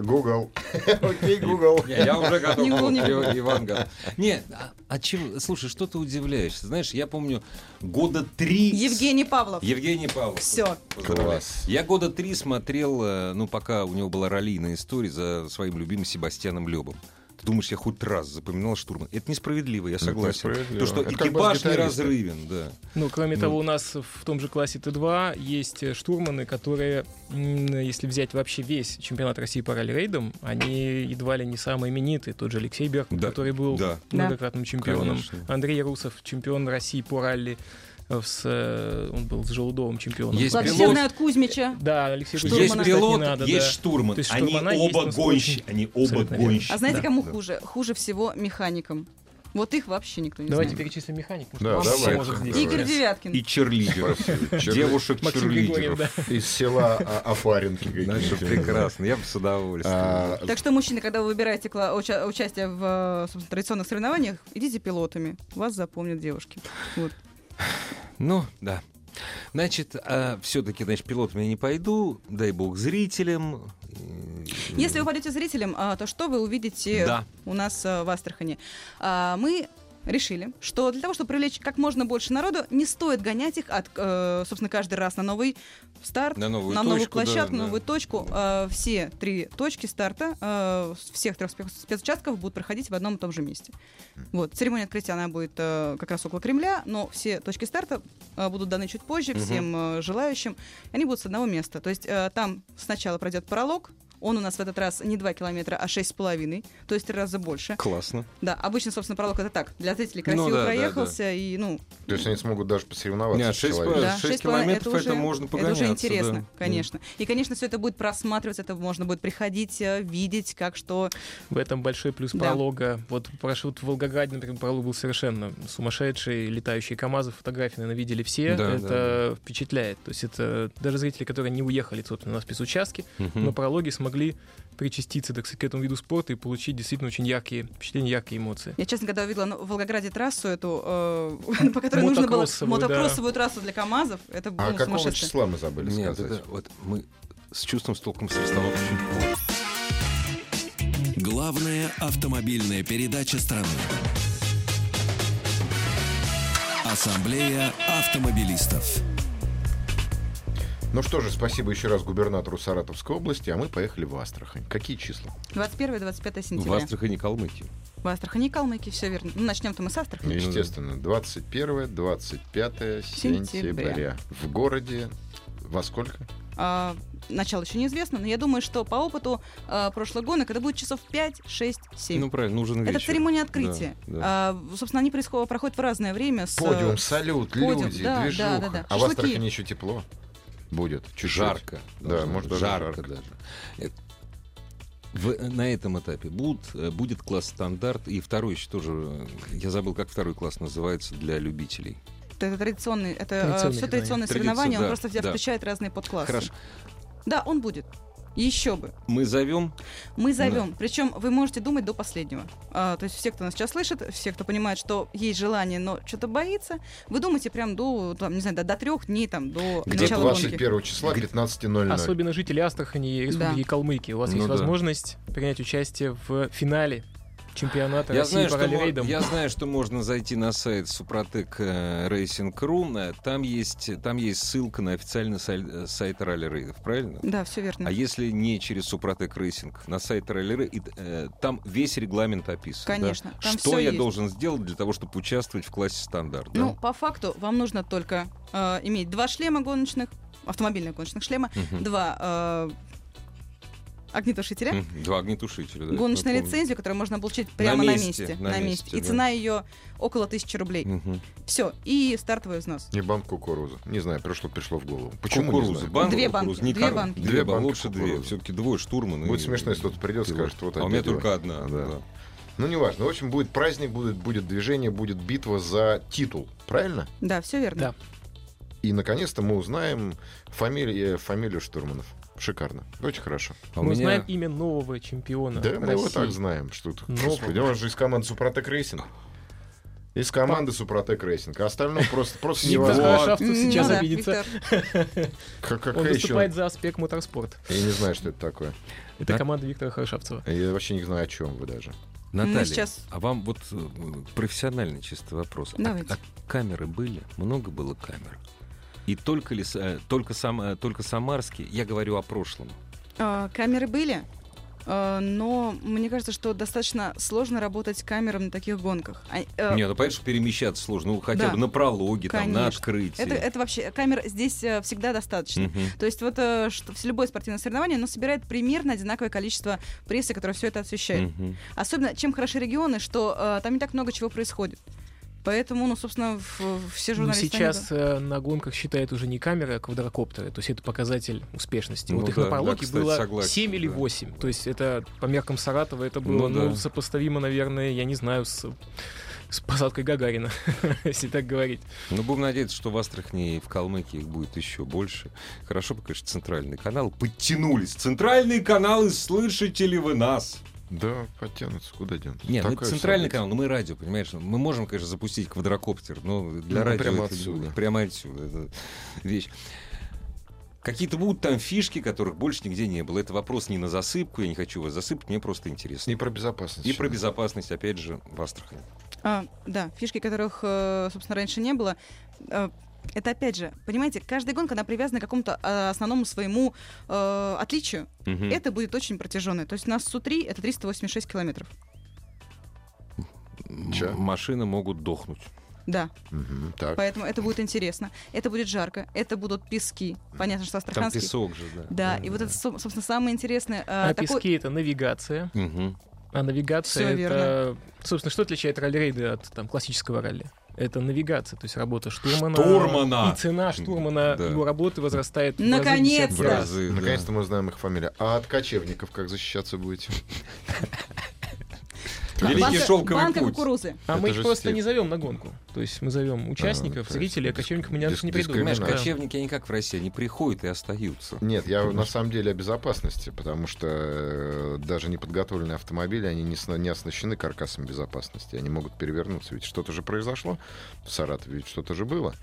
[SPEAKER 2] Google. Окей, Google.
[SPEAKER 1] Не, я уже готов.
[SPEAKER 4] Не был, не был.
[SPEAKER 1] Иван- Иван готов. Не, а, а чего? Слушай, что ты удивляешься? Знаешь, я помню года три... с-
[SPEAKER 4] Евгений Павлов.
[SPEAKER 1] Евгений Павлов.
[SPEAKER 4] Все.
[SPEAKER 1] Поздравляю.
[SPEAKER 2] Класс.
[SPEAKER 1] Я года три смотрел, э, ну, пока у него была раллийная история за своим любимым Себастьяном Лебом. Ты думаешь, я хоть раз запоминал штурман? Это несправедливо, я
[SPEAKER 2] Это
[SPEAKER 1] согласен.
[SPEAKER 2] несправедливо.
[SPEAKER 1] То, что
[SPEAKER 2] Это как
[SPEAKER 1] экипаж
[SPEAKER 2] бас-гитариста.
[SPEAKER 1] неразрывен, да.
[SPEAKER 3] Ну, кроме
[SPEAKER 1] Ну.
[SPEAKER 3] того, у нас в том же классе Т2 есть э, штурманы, которые, м, если взять вообще весь чемпионат России по ралли-рейдам, они едва ли не самые именитые. Тот же Алексей Берг,
[SPEAKER 1] Да,
[SPEAKER 3] который был
[SPEAKER 1] да.
[SPEAKER 3] многократным чемпионом.
[SPEAKER 1] Конечно.
[SPEAKER 3] Андрей Русов, чемпион России по ралли. э, с, э, он был с Желудовым чемпионом.
[SPEAKER 1] Есть
[SPEAKER 4] Ладно,
[SPEAKER 1] пилот.
[SPEAKER 4] все знают Кузьмича.
[SPEAKER 3] Да, Алексей
[SPEAKER 4] Штурмана.
[SPEAKER 3] Кузнецов,
[SPEAKER 1] Есть
[SPEAKER 3] кстати, не
[SPEAKER 1] пилот,
[SPEAKER 3] надо,
[SPEAKER 1] есть
[SPEAKER 3] да.
[SPEAKER 1] штурман.
[SPEAKER 3] То есть
[SPEAKER 1] Они
[SPEAKER 3] штурмана есть,
[SPEAKER 1] оба
[SPEAKER 3] но с
[SPEAKER 1] гонщики.
[SPEAKER 3] очень-
[SPEAKER 1] Они оба
[SPEAKER 3] Абсолютно верно.
[SPEAKER 1] гонщики.
[SPEAKER 4] А знаете,
[SPEAKER 3] Да,
[SPEAKER 4] кому
[SPEAKER 1] да.
[SPEAKER 4] хуже? Хуже всего механикам. Вот их вообще никто не
[SPEAKER 3] Давайте
[SPEAKER 4] знает.
[SPEAKER 3] перечислим механик. может,
[SPEAKER 2] Да,
[SPEAKER 3] вам
[SPEAKER 2] давай.
[SPEAKER 3] поможет
[SPEAKER 2] Игорь
[SPEAKER 3] здесь.
[SPEAKER 4] Игорь
[SPEAKER 3] Сейчас.
[SPEAKER 4] Девяткин.
[SPEAKER 1] И черлидеров.
[SPEAKER 3] Максим Григорьев,
[SPEAKER 1] Девушек-черлидеров.
[SPEAKER 3] да.
[SPEAKER 2] Из села а, Афаренки.
[SPEAKER 1] Знаешь,
[SPEAKER 2] какие-нибудь.
[SPEAKER 1] прекрасно, я бы с удовольствием.
[SPEAKER 2] А,
[SPEAKER 4] Так что, мужчины, когда вы выбираете кла- уча- участие в э, собственно, традиционных соревнованиях, идите пилотами. Вас запомнят девушки. Вот.
[SPEAKER 1] Ну, да. Значит, все-таки, значит, пилотом я не пойду, дай бог зрителям.
[SPEAKER 4] Если вы пойдете зрителям, а, то что вы увидите
[SPEAKER 1] Да.
[SPEAKER 4] у нас а, в Астрахани? А, Мы решили, что для того, чтобы привлечь как можно больше народу, не стоит гонять их, от, э, собственно, каждый раз на новый старт,
[SPEAKER 1] На новую точку,
[SPEAKER 4] площадку,
[SPEAKER 1] да, да.
[SPEAKER 4] новую точку. А, Все три точки старта э, с всех трех спе- спецучастков будут проходить в одном и том же месте. Вот. Церемония открытия, она будет э, как раз около Кремля, но все точки старта э, будут даны чуть позже
[SPEAKER 1] Мгм.
[SPEAKER 4] всем э, желающим. Они будут с одного места. То есть э, там сначала пройдет пролог, он у нас в этот раз не 2 километра, а 6,5, то есть в три раза больше.
[SPEAKER 1] Классно.
[SPEAKER 4] Да, обычно, собственно, пролог это так. Для зрителей красиво
[SPEAKER 1] Ну да, да,
[SPEAKER 4] проехался, и, ну,
[SPEAKER 2] То есть они смогут даже посоревноваться.
[SPEAKER 1] Не, а
[SPEAKER 2] с
[SPEAKER 1] шесть
[SPEAKER 2] человеком.
[SPEAKER 4] да,
[SPEAKER 1] 6
[SPEAKER 4] 6,5
[SPEAKER 1] километров это
[SPEAKER 4] уже-
[SPEAKER 1] можно
[SPEAKER 4] Это
[SPEAKER 1] погоняться,
[SPEAKER 4] уже интересно,
[SPEAKER 1] да.
[SPEAKER 4] конечно. И, конечно, все это будет просматриваться, это можно будет приходить, э, видеть, как что.
[SPEAKER 3] В этом большой плюс
[SPEAKER 4] Да.
[SPEAKER 3] пролога. Вот парашют в Волгограде, например, пролог был совершенно сумасшедший. Летающие КАМАЗы, фотографии, наверное, видели все.
[SPEAKER 1] Да,
[SPEAKER 3] это
[SPEAKER 1] да,
[SPEAKER 3] впечатляет. То есть это даже зрители, которые не уехали, собственно, на спецучастки,
[SPEAKER 1] Хм.
[SPEAKER 2] Ну,
[SPEAKER 3] на прологе смогли причаститься, так сказать, к этому виду спорта и получить действительно очень яркие впечатления, яркие эмоции.
[SPEAKER 4] Я, честно, когда увидела ну, в Волгограде трассу эту, э, по которой нужно было
[SPEAKER 3] Мотокроссовую, да.
[SPEAKER 4] мотокроссовую трассу для КАМАЗов, это было
[SPEAKER 2] А
[SPEAKER 4] ну,
[SPEAKER 2] какого
[SPEAKER 4] сумасшествие.
[SPEAKER 2] числа мы забыли
[SPEAKER 1] Нет,
[SPEAKER 2] сказать?
[SPEAKER 1] это вот мы с чувством, с толком, с расстановкой.
[SPEAKER 5] Главная автомобильная передача страны. Ассамблея автомобилистов.
[SPEAKER 2] Ну что же, спасибо еще раз губернатору Саратовской области, а мы поехали в Астрахань. Какие числа?
[SPEAKER 4] 21-25
[SPEAKER 1] В
[SPEAKER 4] сентября.
[SPEAKER 1] Астрахани, Калмыкии.
[SPEAKER 4] В Астрахани и Калмыкии, все верно. Ну, начнем-то мы с Астрахани.
[SPEAKER 2] Ну, Естественно, 21-25 сентября.
[SPEAKER 4] Сентября.
[SPEAKER 2] В городе во сколько?
[SPEAKER 4] А, начало еще неизвестно, но я думаю, что по опыту а, прошлых гонок это будет часов 5, 6, 7.
[SPEAKER 1] Ну, правильно, нужен вечер.
[SPEAKER 4] это церемония открытия.
[SPEAKER 1] да.
[SPEAKER 4] А, собственно, они происход- проходят в разное время. С, э,
[SPEAKER 2] Подиум, салют,
[SPEAKER 4] подиум,
[SPEAKER 2] люди,
[SPEAKER 4] да, да,
[SPEAKER 2] движуха.
[SPEAKER 4] да, да.
[SPEAKER 2] А в
[SPEAKER 4] Шашлыки.
[SPEAKER 2] Астрахани еще тепло будет. Чуть-чуть.
[SPEAKER 1] Жарко.
[SPEAKER 2] Да,
[SPEAKER 1] Должно
[SPEAKER 2] может,
[SPEAKER 1] быть.
[SPEAKER 2] даже
[SPEAKER 1] жарко,
[SPEAKER 2] жарко.
[SPEAKER 1] даже. Э, в- на этом этапе будут, э, будет класс стандарт и второй еще тоже, э, я забыл, как второй класс называется для любителей.
[SPEAKER 4] Это традиционный, это
[SPEAKER 3] Традиционные
[SPEAKER 4] все традиционные
[SPEAKER 1] соревнования.
[SPEAKER 4] соревнования, он
[SPEAKER 1] Традицион-
[SPEAKER 4] просто в тебя
[SPEAKER 1] да.
[SPEAKER 4] включает разные подклассы.
[SPEAKER 1] Хорошо.
[SPEAKER 4] Да, он будет. Еще бы.
[SPEAKER 1] Мы зовем
[SPEAKER 4] Мы зовем. Причем вы можете думать до последнего. А, то есть все, кто нас сейчас слышит, все, кто понимает, что есть желание, но что-то боится, вы думаете прям до, там, не знаю, до, до трех дней, там, до
[SPEAKER 2] Где
[SPEAKER 4] начала гонки.
[SPEAKER 2] 21 числа 15.00.
[SPEAKER 3] Особенно жители Астрахани и Республики Калмыкии. У вас
[SPEAKER 1] Ну
[SPEAKER 3] есть
[SPEAKER 1] да.
[SPEAKER 3] возможность принять участие в финале чемпионата
[SPEAKER 1] Я
[SPEAKER 3] России
[SPEAKER 1] знаю,
[SPEAKER 3] по
[SPEAKER 1] что, мо-
[SPEAKER 3] ралли-рейдам.
[SPEAKER 1] я знаю, что можно зайти на сайт Супротек э, Racing Room. Там есть, там есть ссылка на официальный сай- сайт ралли-рейдов, правильно?
[SPEAKER 4] Да, все верно.
[SPEAKER 1] А если не через Супротек Рейсинг, на сайт ралли и, э, там весь регламент описан. да?
[SPEAKER 4] Конечно, там
[SPEAKER 1] Что
[SPEAKER 4] всё
[SPEAKER 1] я
[SPEAKER 4] есть.
[SPEAKER 1] должен сделать для того, чтобы участвовать в классе стандарт? да?
[SPEAKER 4] Ну, по факту, вам нужно только э, иметь два шлема гоночных, автомобильных гоночных шлема,
[SPEAKER 1] Мгм.
[SPEAKER 4] два э, огнетушителя,
[SPEAKER 1] Мгм. Два огнетушителя. да,
[SPEAKER 4] гоночная
[SPEAKER 1] я помню.
[SPEAKER 4] лицензию, которую можно получить прямо на
[SPEAKER 1] месте,
[SPEAKER 4] месте.
[SPEAKER 1] на месте,
[SPEAKER 4] И
[SPEAKER 1] да.
[SPEAKER 4] цена ее около тысячи рублей.
[SPEAKER 1] Мгм.
[SPEAKER 4] Все, и стартовый взнос.
[SPEAKER 2] Не банк кукурузы. Не знаю, пришло, пришло в голову. Почему не
[SPEAKER 1] Кукуруза.
[SPEAKER 2] знаю?
[SPEAKER 1] Банка
[SPEAKER 4] Две
[SPEAKER 1] кукурузы.
[SPEAKER 4] банки,
[SPEAKER 1] Не
[SPEAKER 4] две
[SPEAKER 1] кор-
[SPEAKER 4] банки.
[SPEAKER 1] Две
[SPEAKER 2] Две
[SPEAKER 1] банки.
[SPEAKER 2] банки
[SPEAKER 1] Лучше две.
[SPEAKER 2] кукурузы.
[SPEAKER 1] Все-таки двое штурманы.
[SPEAKER 2] Будет
[SPEAKER 1] и-
[SPEAKER 2] смешно, если кто-то придет,
[SPEAKER 1] пилот.
[SPEAKER 2] скажет, вот
[SPEAKER 1] А у
[SPEAKER 2] опять
[SPEAKER 1] меня
[SPEAKER 2] дела.
[SPEAKER 1] только одна.
[SPEAKER 2] Да.
[SPEAKER 1] да.
[SPEAKER 2] Ну, неважно. В общем, будет праздник, будет, будет движение, будет битва за титул. Правильно?
[SPEAKER 4] Да, все верно.
[SPEAKER 3] Да.
[SPEAKER 2] И, наконец-то, мы узнаем фамилию, фамилию штурманов. Шикарно. Очень хорошо.
[SPEAKER 1] А у
[SPEAKER 3] Мы
[SPEAKER 1] меня-
[SPEAKER 3] знаем имя нового чемпиона
[SPEAKER 2] да, мы его
[SPEAKER 3] России. Ну,
[SPEAKER 2] так знаем, что тут.
[SPEAKER 3] Нового.
[SPEAKER 2] Господи, он же из команды Супротек Рейсинг. Из команды Супротек Рейсинг. А остальное просто, просто
[SPEAKER 3] Никто хорошо,
[SPEAKER 2] невозможно.
[SPEAKER 3] что сейчас
[SPEAKER 4] Ну да,
[SPEAKER 3] обидится.
[SPEAKER 4] Виктор.
[SPEAKER 2] Как-
[SPEAKER 3] Он
[SPEAKER 2] Какая еще...
[SPEAKER 3] выступает за «Аспект Моторспорт».
[SPEAKER 2] Я не знаю, что это такое.
[SPEAKER 3] Это
[SPEAKER 1] Да?
[SPEAKER 3] команда Виктора Хорошавцева.
[SPEAKER 2] Я вообще не знаю, о чем вы даже.
[SPEAKER 1] Наталья,
[SPEAKER 4] сейчас-
[SPEAKER 1] а вам вот э, профессиональный чисто вопрос. А-
[SPEAKER 4] Давайте.
[SPEAKER 1] А, камеры были? Много было камер? И только, ли, с- э, только, сам, э, только Самарский, я говорю о прошлом.
[SPEAKER 4] А, Камеры были, а, но мне кажется, что достаточно сложно работать камерам на таких гонках. А, э,
[SPEAKER 1] Не, ну понятно, что перемещаться сложно, ну хотя
[SPEAKER 4] Да.
[SPEAKER 1] бы на прологе, там, на
[SPEAKER 4] Конечно.
[SPEAKER 1] открытии.
[SPEAKER 4] это, это вообще камер здесь э, всегда достаточно.
[SPEAKER 1] Мгм.
[SPEAKER 4] То есть вот э, что, с- любое спортивное соревнование, оно собирает примерно одинаковое количество прессы, которая все это освещает.
[SPEAKER 1] Мгм.
[SPEAKER 4] Особенно, чем хороши регионы, что э, там не так много чего происходит. Поэтому, ну, собственно, в- все
[SPEAKER 3] Ну,
[SPEAKER 4] журналисты... они
[SPEAKER 3] сейчас э, на гонках считают уже не камеры, а квадрокоптеры. То есть это показатель успешности.
[SPEAKER 1] Ну
[SPEAKER 3] вот их
[SPEAKER 1] да,
[SPEAKER 3] на
[SPEAKER 1] да,
[SPEAKER 3] Парлоке
[SPEAKER 1] кстати,
[SPEAKER 3] было
[SPEAKER 1] согласен,
[SPEAKER 3] 7 или
[SPEAKER 1] да.
[SPEAKER 3] 8. То есть это по меркам Саратова это было
[SPEAKER 1] Ну да.
[SPEAKER 3] ну, сопоставимо, наверное, я не знаю, с, с посадкой Гагарина, если так говорить.
[SPEAKER 1] Ну, будем надеяться, что в Астрахани и в Калмыкии их будет еще больше. Хорошо бы, конечно, центральный канал подтянулись. Центральные каналы, слышите ли вы нас?
[SPEAKER 2] Да, подтянутся, куда денутся.
[SPEAKER 1] Нет, ну,
[SPEAKER 2] Такое
[SPEAKER 1] это центральный
[SPEAKER 2] событие.
[SPEAKER 1] канал, но мы радио, понимаешь? Мы можем, конечно, запустить квадрокоптер, но для
[SPEAKER 2] Ну,
[SPEAKER 1] радио
[SPEAKER 2] прямо
[SPEAKER 1] это
[SPEAKER 2] отсюда.
[SPEAKER 1] прямо отсюда это вещь. Какие-то будут там фишки, которых больше нигде не было. Это вопрос не на засыпку, я не хочу вас засыпать, мне просто интересно.
[SPEAKER 2] И про безопасность.
[SPEAKER 1] И про
[SPEAKER 2] безопасность.
[SPEAKER 1] безопасность, опять же, в Астрахани.
[SPEAKER 4] А, да, фишки, которых, э, собственно, раньше не было. Э, Это опять же, понимаете, каждая гонка, она привязана к какому-то э, основному своему э, отличию. Это будет очень протяженное. То есть у нас Су-3 это 386 километров.
[SPEAKER 1] М-
[SPEAKER 2] Чё?
[SPEAKER 1] Машины могут дохнуть.
[SPEAKER 4] Да,
[SPEAKER 2] Так.
[SPEAKER 4] поэтому это будет интересно. Это будет жарко, это будут пески. Понятно, что
[SPEAKER 1] Там
[SPEAKER 4] астраханские.
[SPEAKER 1] песок же, да.
[SPEAKER 4] Да, и вот это, соб- собственно, самое интересное. э,
[SPEAKER 3] А,
[SPEAKER 4] такой-
[SPEAKER 3] пески это навигация.
[SPEAKER 1] Мгм.
[SPEAKER 3] А навигация
[SPEAKER 4] Всё
[SPEAKER 3] это.
[SPEAKER 4] верно.
[SPEAKER 3] Собственно, что отличает ралли-рейды от там, классического ралли? Это навигация, то есть работа штурмана.
[SPEAKER 1] Штурмана!
[SPEAKER 3] И цена штурмана,
[SPEAKER 1] Да.
[SPEAKER 3] его работы возрастает. в
[SPEAKER 4] Наконец-то!
[SPEAKER 1] В
[SPEAKER 3] разы десятки раз.
[SPEAKER 1] разы, да.
[SPEAKER 2] Наконец-то мы знаем их фамилию. А от кочевников как защищаться будете?
[SPEAKER 4] Ба-
[SPEAKER 1] Великий
[SPEAKER 4] банка-
[SPEAKER 1] шелковый
[SPEAKER 4] банка
[SPEAKER 1] путь.
[SPEAKER 4] кукурузы.
[SPEAKER 3] А
[SPEAKER 2] Это
[SPEAKER 3] мы
[SPEAKER 2] же
[SPEAKER 3] их просто
[SPEAKER 2] стиль.
[SPEAKER 3] не зовем на гонку. То есть мы зовем участников,
[SPEAKER 2] то есть
[SPEAKER 3] зрителей, а
[SPEAKER 2] дис-
[SPEAKER 3] кочевников мы не,
[SPEAKER 2] дис-
[SPEAKER 3] не придумаем.
[SPEAKER 1] Понимаешь,
[SPEAKER 2] Да.
[SPEAKER 1] кочевники, они как в России, они приходят и остаются.
[SPEAKER 2] Нет, я на самом деле о безопасности, потому что э, даже неподготовленные автомобили, они не, сна- не оснащены каркасом безопасности. Они могут перевернуться. Ведь что-то же произошло в Саратове, ведь что-то же было.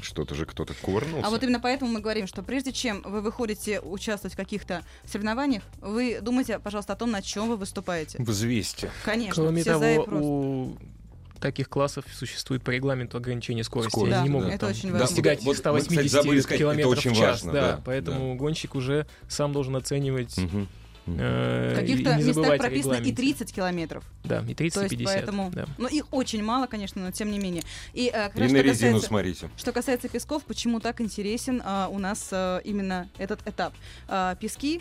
[SPEAKER 2] Что-то же кто-то кувырнулся.
[SPEAKER 4] А вот именно поэтому мы говорим, что прежде чем вы выходите участвовать в каких-то соревнованиях, вы думайте, пожалуйста, о том, на чем вы выступаете.
[SPEAKER 1] В известие.
[SPEAKER 4] Конечно,
[SPEAKER 3] Кроме
[SPEAKER 4] все за и
[SPEAKER 3] того,
[SPEAKER 4] против.
[SPEAKER 3] у таких классов существует по регламенту ограничение скорости.
[SPEAKER 1] Скорость,
[SPEAKER 3] Они не
[SPEAKER 4] да.
[SPEAKER 3] могут
[SPEAKER 4] Это
[SPEAKER 3] там
[SPEAKER 4] очень важно.
[SPEAKER 3] достигать
[SPEAKER 1] Да, вот- вот, кстати,
[SPEAKER 3] 180
[SPEAKER 1] забыли сказать, это
[SPEAKER 3] километров
[SPEAKER 1] очень
[SPEAKER 3] в час.
[SPEAKER 1] важно,
[SPEAKER 3] да,
[SPEAKER 1] да,
[SPEAKER 3] поэтому гонщик уже сам должен оценивать
[SPEAKER 1] Мгм.
[SPEAKER 3] э,
[SPEAKER 4] В
[SPEAKER 3] и
[SPEAKER 4] каких-то
[SPEAKER 3] не
[SPEAKER 4] местах
[SPEAKER 3] забывать о
[SPEAKER 4] прописано и
[SPEAKER 3] регламенте.
[SPEAKER 4] 30 километров.
[SPEAKER 3] Да, и 30,
[SPEAKER 4] То
[SPEAKER 3] и
[SPEAKER 4] есть
[SPEAKER 3] 50.
[SPEAKER 4] поэтому...
[SPEAKER 3] да.
[SPEAKER 4] Ну, их очень мало, конечно, но тем не менее. И, э, как
[SPEAKER 1] И
[SPEAKER 4] раз
[SPEAKER 1] на
[SPEAKER 4] что
[SPEAKER 1] резину
[SPEAKER 4] касается-
[SPEAKER 1] смотрите.
[SPEAKER 4] Что касается песков, почему так интересен а, у нас а, именно этот этап? А, пески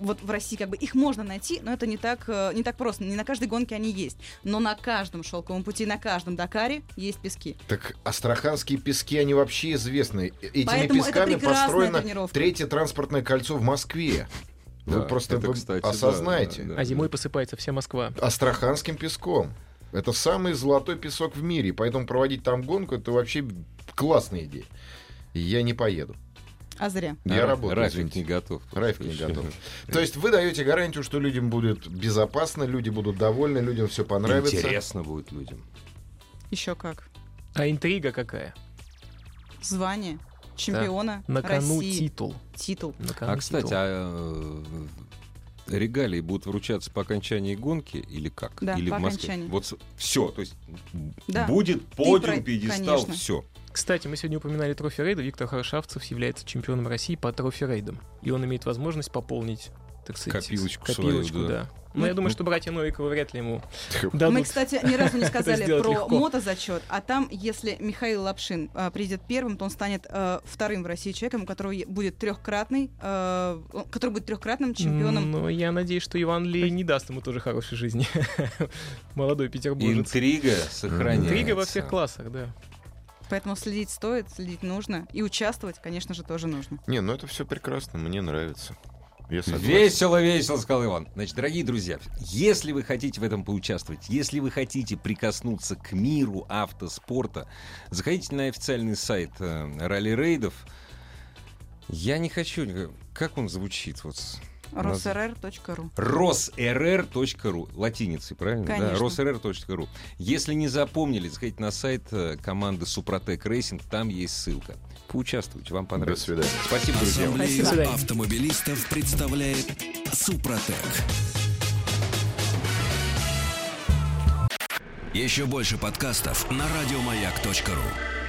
[SPEAKER 4] вот в России как бы их можно найти, но это не так, э, не так просто. Не на каждой гонке они есть. Но на каждом шелковом пути, на каждом Дакаре есть пески.
[SPEAKER 2] Так астраханские пески, они вообще известны. Э- Этими
[SPEAKER 4] Поэтому это
[SPEAKER 2] песками
[SPEAKER 4] прекрасная
[SPEAKER 2] построено
[SPEAKER 4] тренировка.
[SPEAKER 2] третье транспортное кольцо в Москве.
[SPEAKER 1] Да,
[SPEAKER 2] Вы просто
[SPEAKER 1] это,
[SPEAKER 2] вы
[SPEAKER 1] кстати, да,
[SPEAKER 2] осознаете.
[SPEAKER 1] да, да.
[SPEAKER 3] А зимой посыпается вся Москва.
[SPEAKER 2] астраханским песком. Это самый золотой песок в мире, поэтому проводить там гонку это вообще классная идея. Я не поеду.
[SPEAKER 4] А зря.
[SPEAKER 2] Я
[SPEAKER 1] А,
[SPEAKER 2] работаю,
[SPEAKER 1] Рафик
[SPEAKER 2] извините.
[SPEAKER 1] не готов.
[SPEAKER 2] Рафик не готов. То есть вы даете гарантию, что людям будет безопасно, люди будут довольны, людям все понравится.
[SPEAKER 1] Интересно будет людям.
[SPEAKER 4] Еще как.
[SPEAKER 3] А интрига какая?
[SPEAKER 4] Звание чемпиона
[SPEAKER 3] На кону
[SPEAKER 4] России.
[SPEAKER 3] титул.
[SPEAKER 4] Титул.
[SPEAKER 3] На кону
[SPEAKER 1] А, кстати,
[SPEAKER 3] титул.
[SPEAKER 1] а, э, регалии будут вручаться по окончании гонки или как?
[SPEAKER 4] Да,
[SPEAKER 1] или
[SPEAKER 4] по
[SPEAKER 1] в Москве?
[SPEAKER 4] окончании.
[SPEAKER 1] Вот все, то есть
[SPEAKER 4] Да.
[SPEAKER 1] будет подиум,
[SPEAKER 4] про-
[SPEAKER 1] пьедестал,
[SPEAKER 4] конечно.
[SPEAKER 1] все.
[SPEAKER 3] Кстати, мы сегодня упоминали трофи рейда. Виктор Харшавцев является чемпионом России по трофи рейдам. И он имеет возможность пополнить, так сказать,
[SPEAKER 1] Копилочку
[SPEAKER 3] копилочку,
[SPEAKER 1] свою, да.
[SPEAKER 3] да. Но я думаю, что братья Новиковы вряд ли ему дадут.
[SPEAKER 4] Мы, кстати, ни разу не сказали
[SPEAKER 3] ну сделать
[SPEAKER 4] про
[SPEAKER 3] легко.
[SPEAKER 4] мотозачет, а там, если Михаил Лапшин а, придет первым, то он станет э, вторым в России человеком, у которого е- будет трехкратный, э, он- который будет трехкратным чемпионом.
[SPEAKER 3] Но я надеюсь, что Иван Ли не даст ему тоже хорошей жизни. Молодой петербуржец.
[SPEAKER 1] Интрига сохраняется.
[SPEAKER 3] Интрига во всех классах, да.
[SPEAKER 4] Поэтому следить стоит, следить нужно. И участвовать, конечно же, тоже нужно.
[SPEAKER 6] Не, ну это все прекрасно, мне нравится. Я согласен.
[SPEAKER 1] Весело, весело, сказал Иван. Значит, дорогие друзья, если вы хотите в этом поучаствовать, если вы хотите прикоснуться к миру автоспорта, заходите на официальный сайт э, ралли-рейдов. Я не хочу... никак- Как он звучит? Вот с-
[SPEAKER 4] rosrr.ru
[SPEAKER 1] rosrr.ru латиницей, правильно? Да,
[SPEAKER 4] Конечно.
[SPEAKER 1] rosrr.ru. Если не запомнили, заходите на сайт э, команды Супротек Рейсинг, там есть ссылка. Поучаствуйте, вам
[SPEAKER 6] До
[SPEAKER 1] понравится.
[SPEAKER 6] свидания.
[SPEAKER 1] Спасибо, друзья.
[SPEAKER 5] Ассамблею
[SPEAKER 3] Спасибо.
[SPEAKER 5] автомобилистов представляет Супротек. Еще больше подкастов на радиомаяк.ру.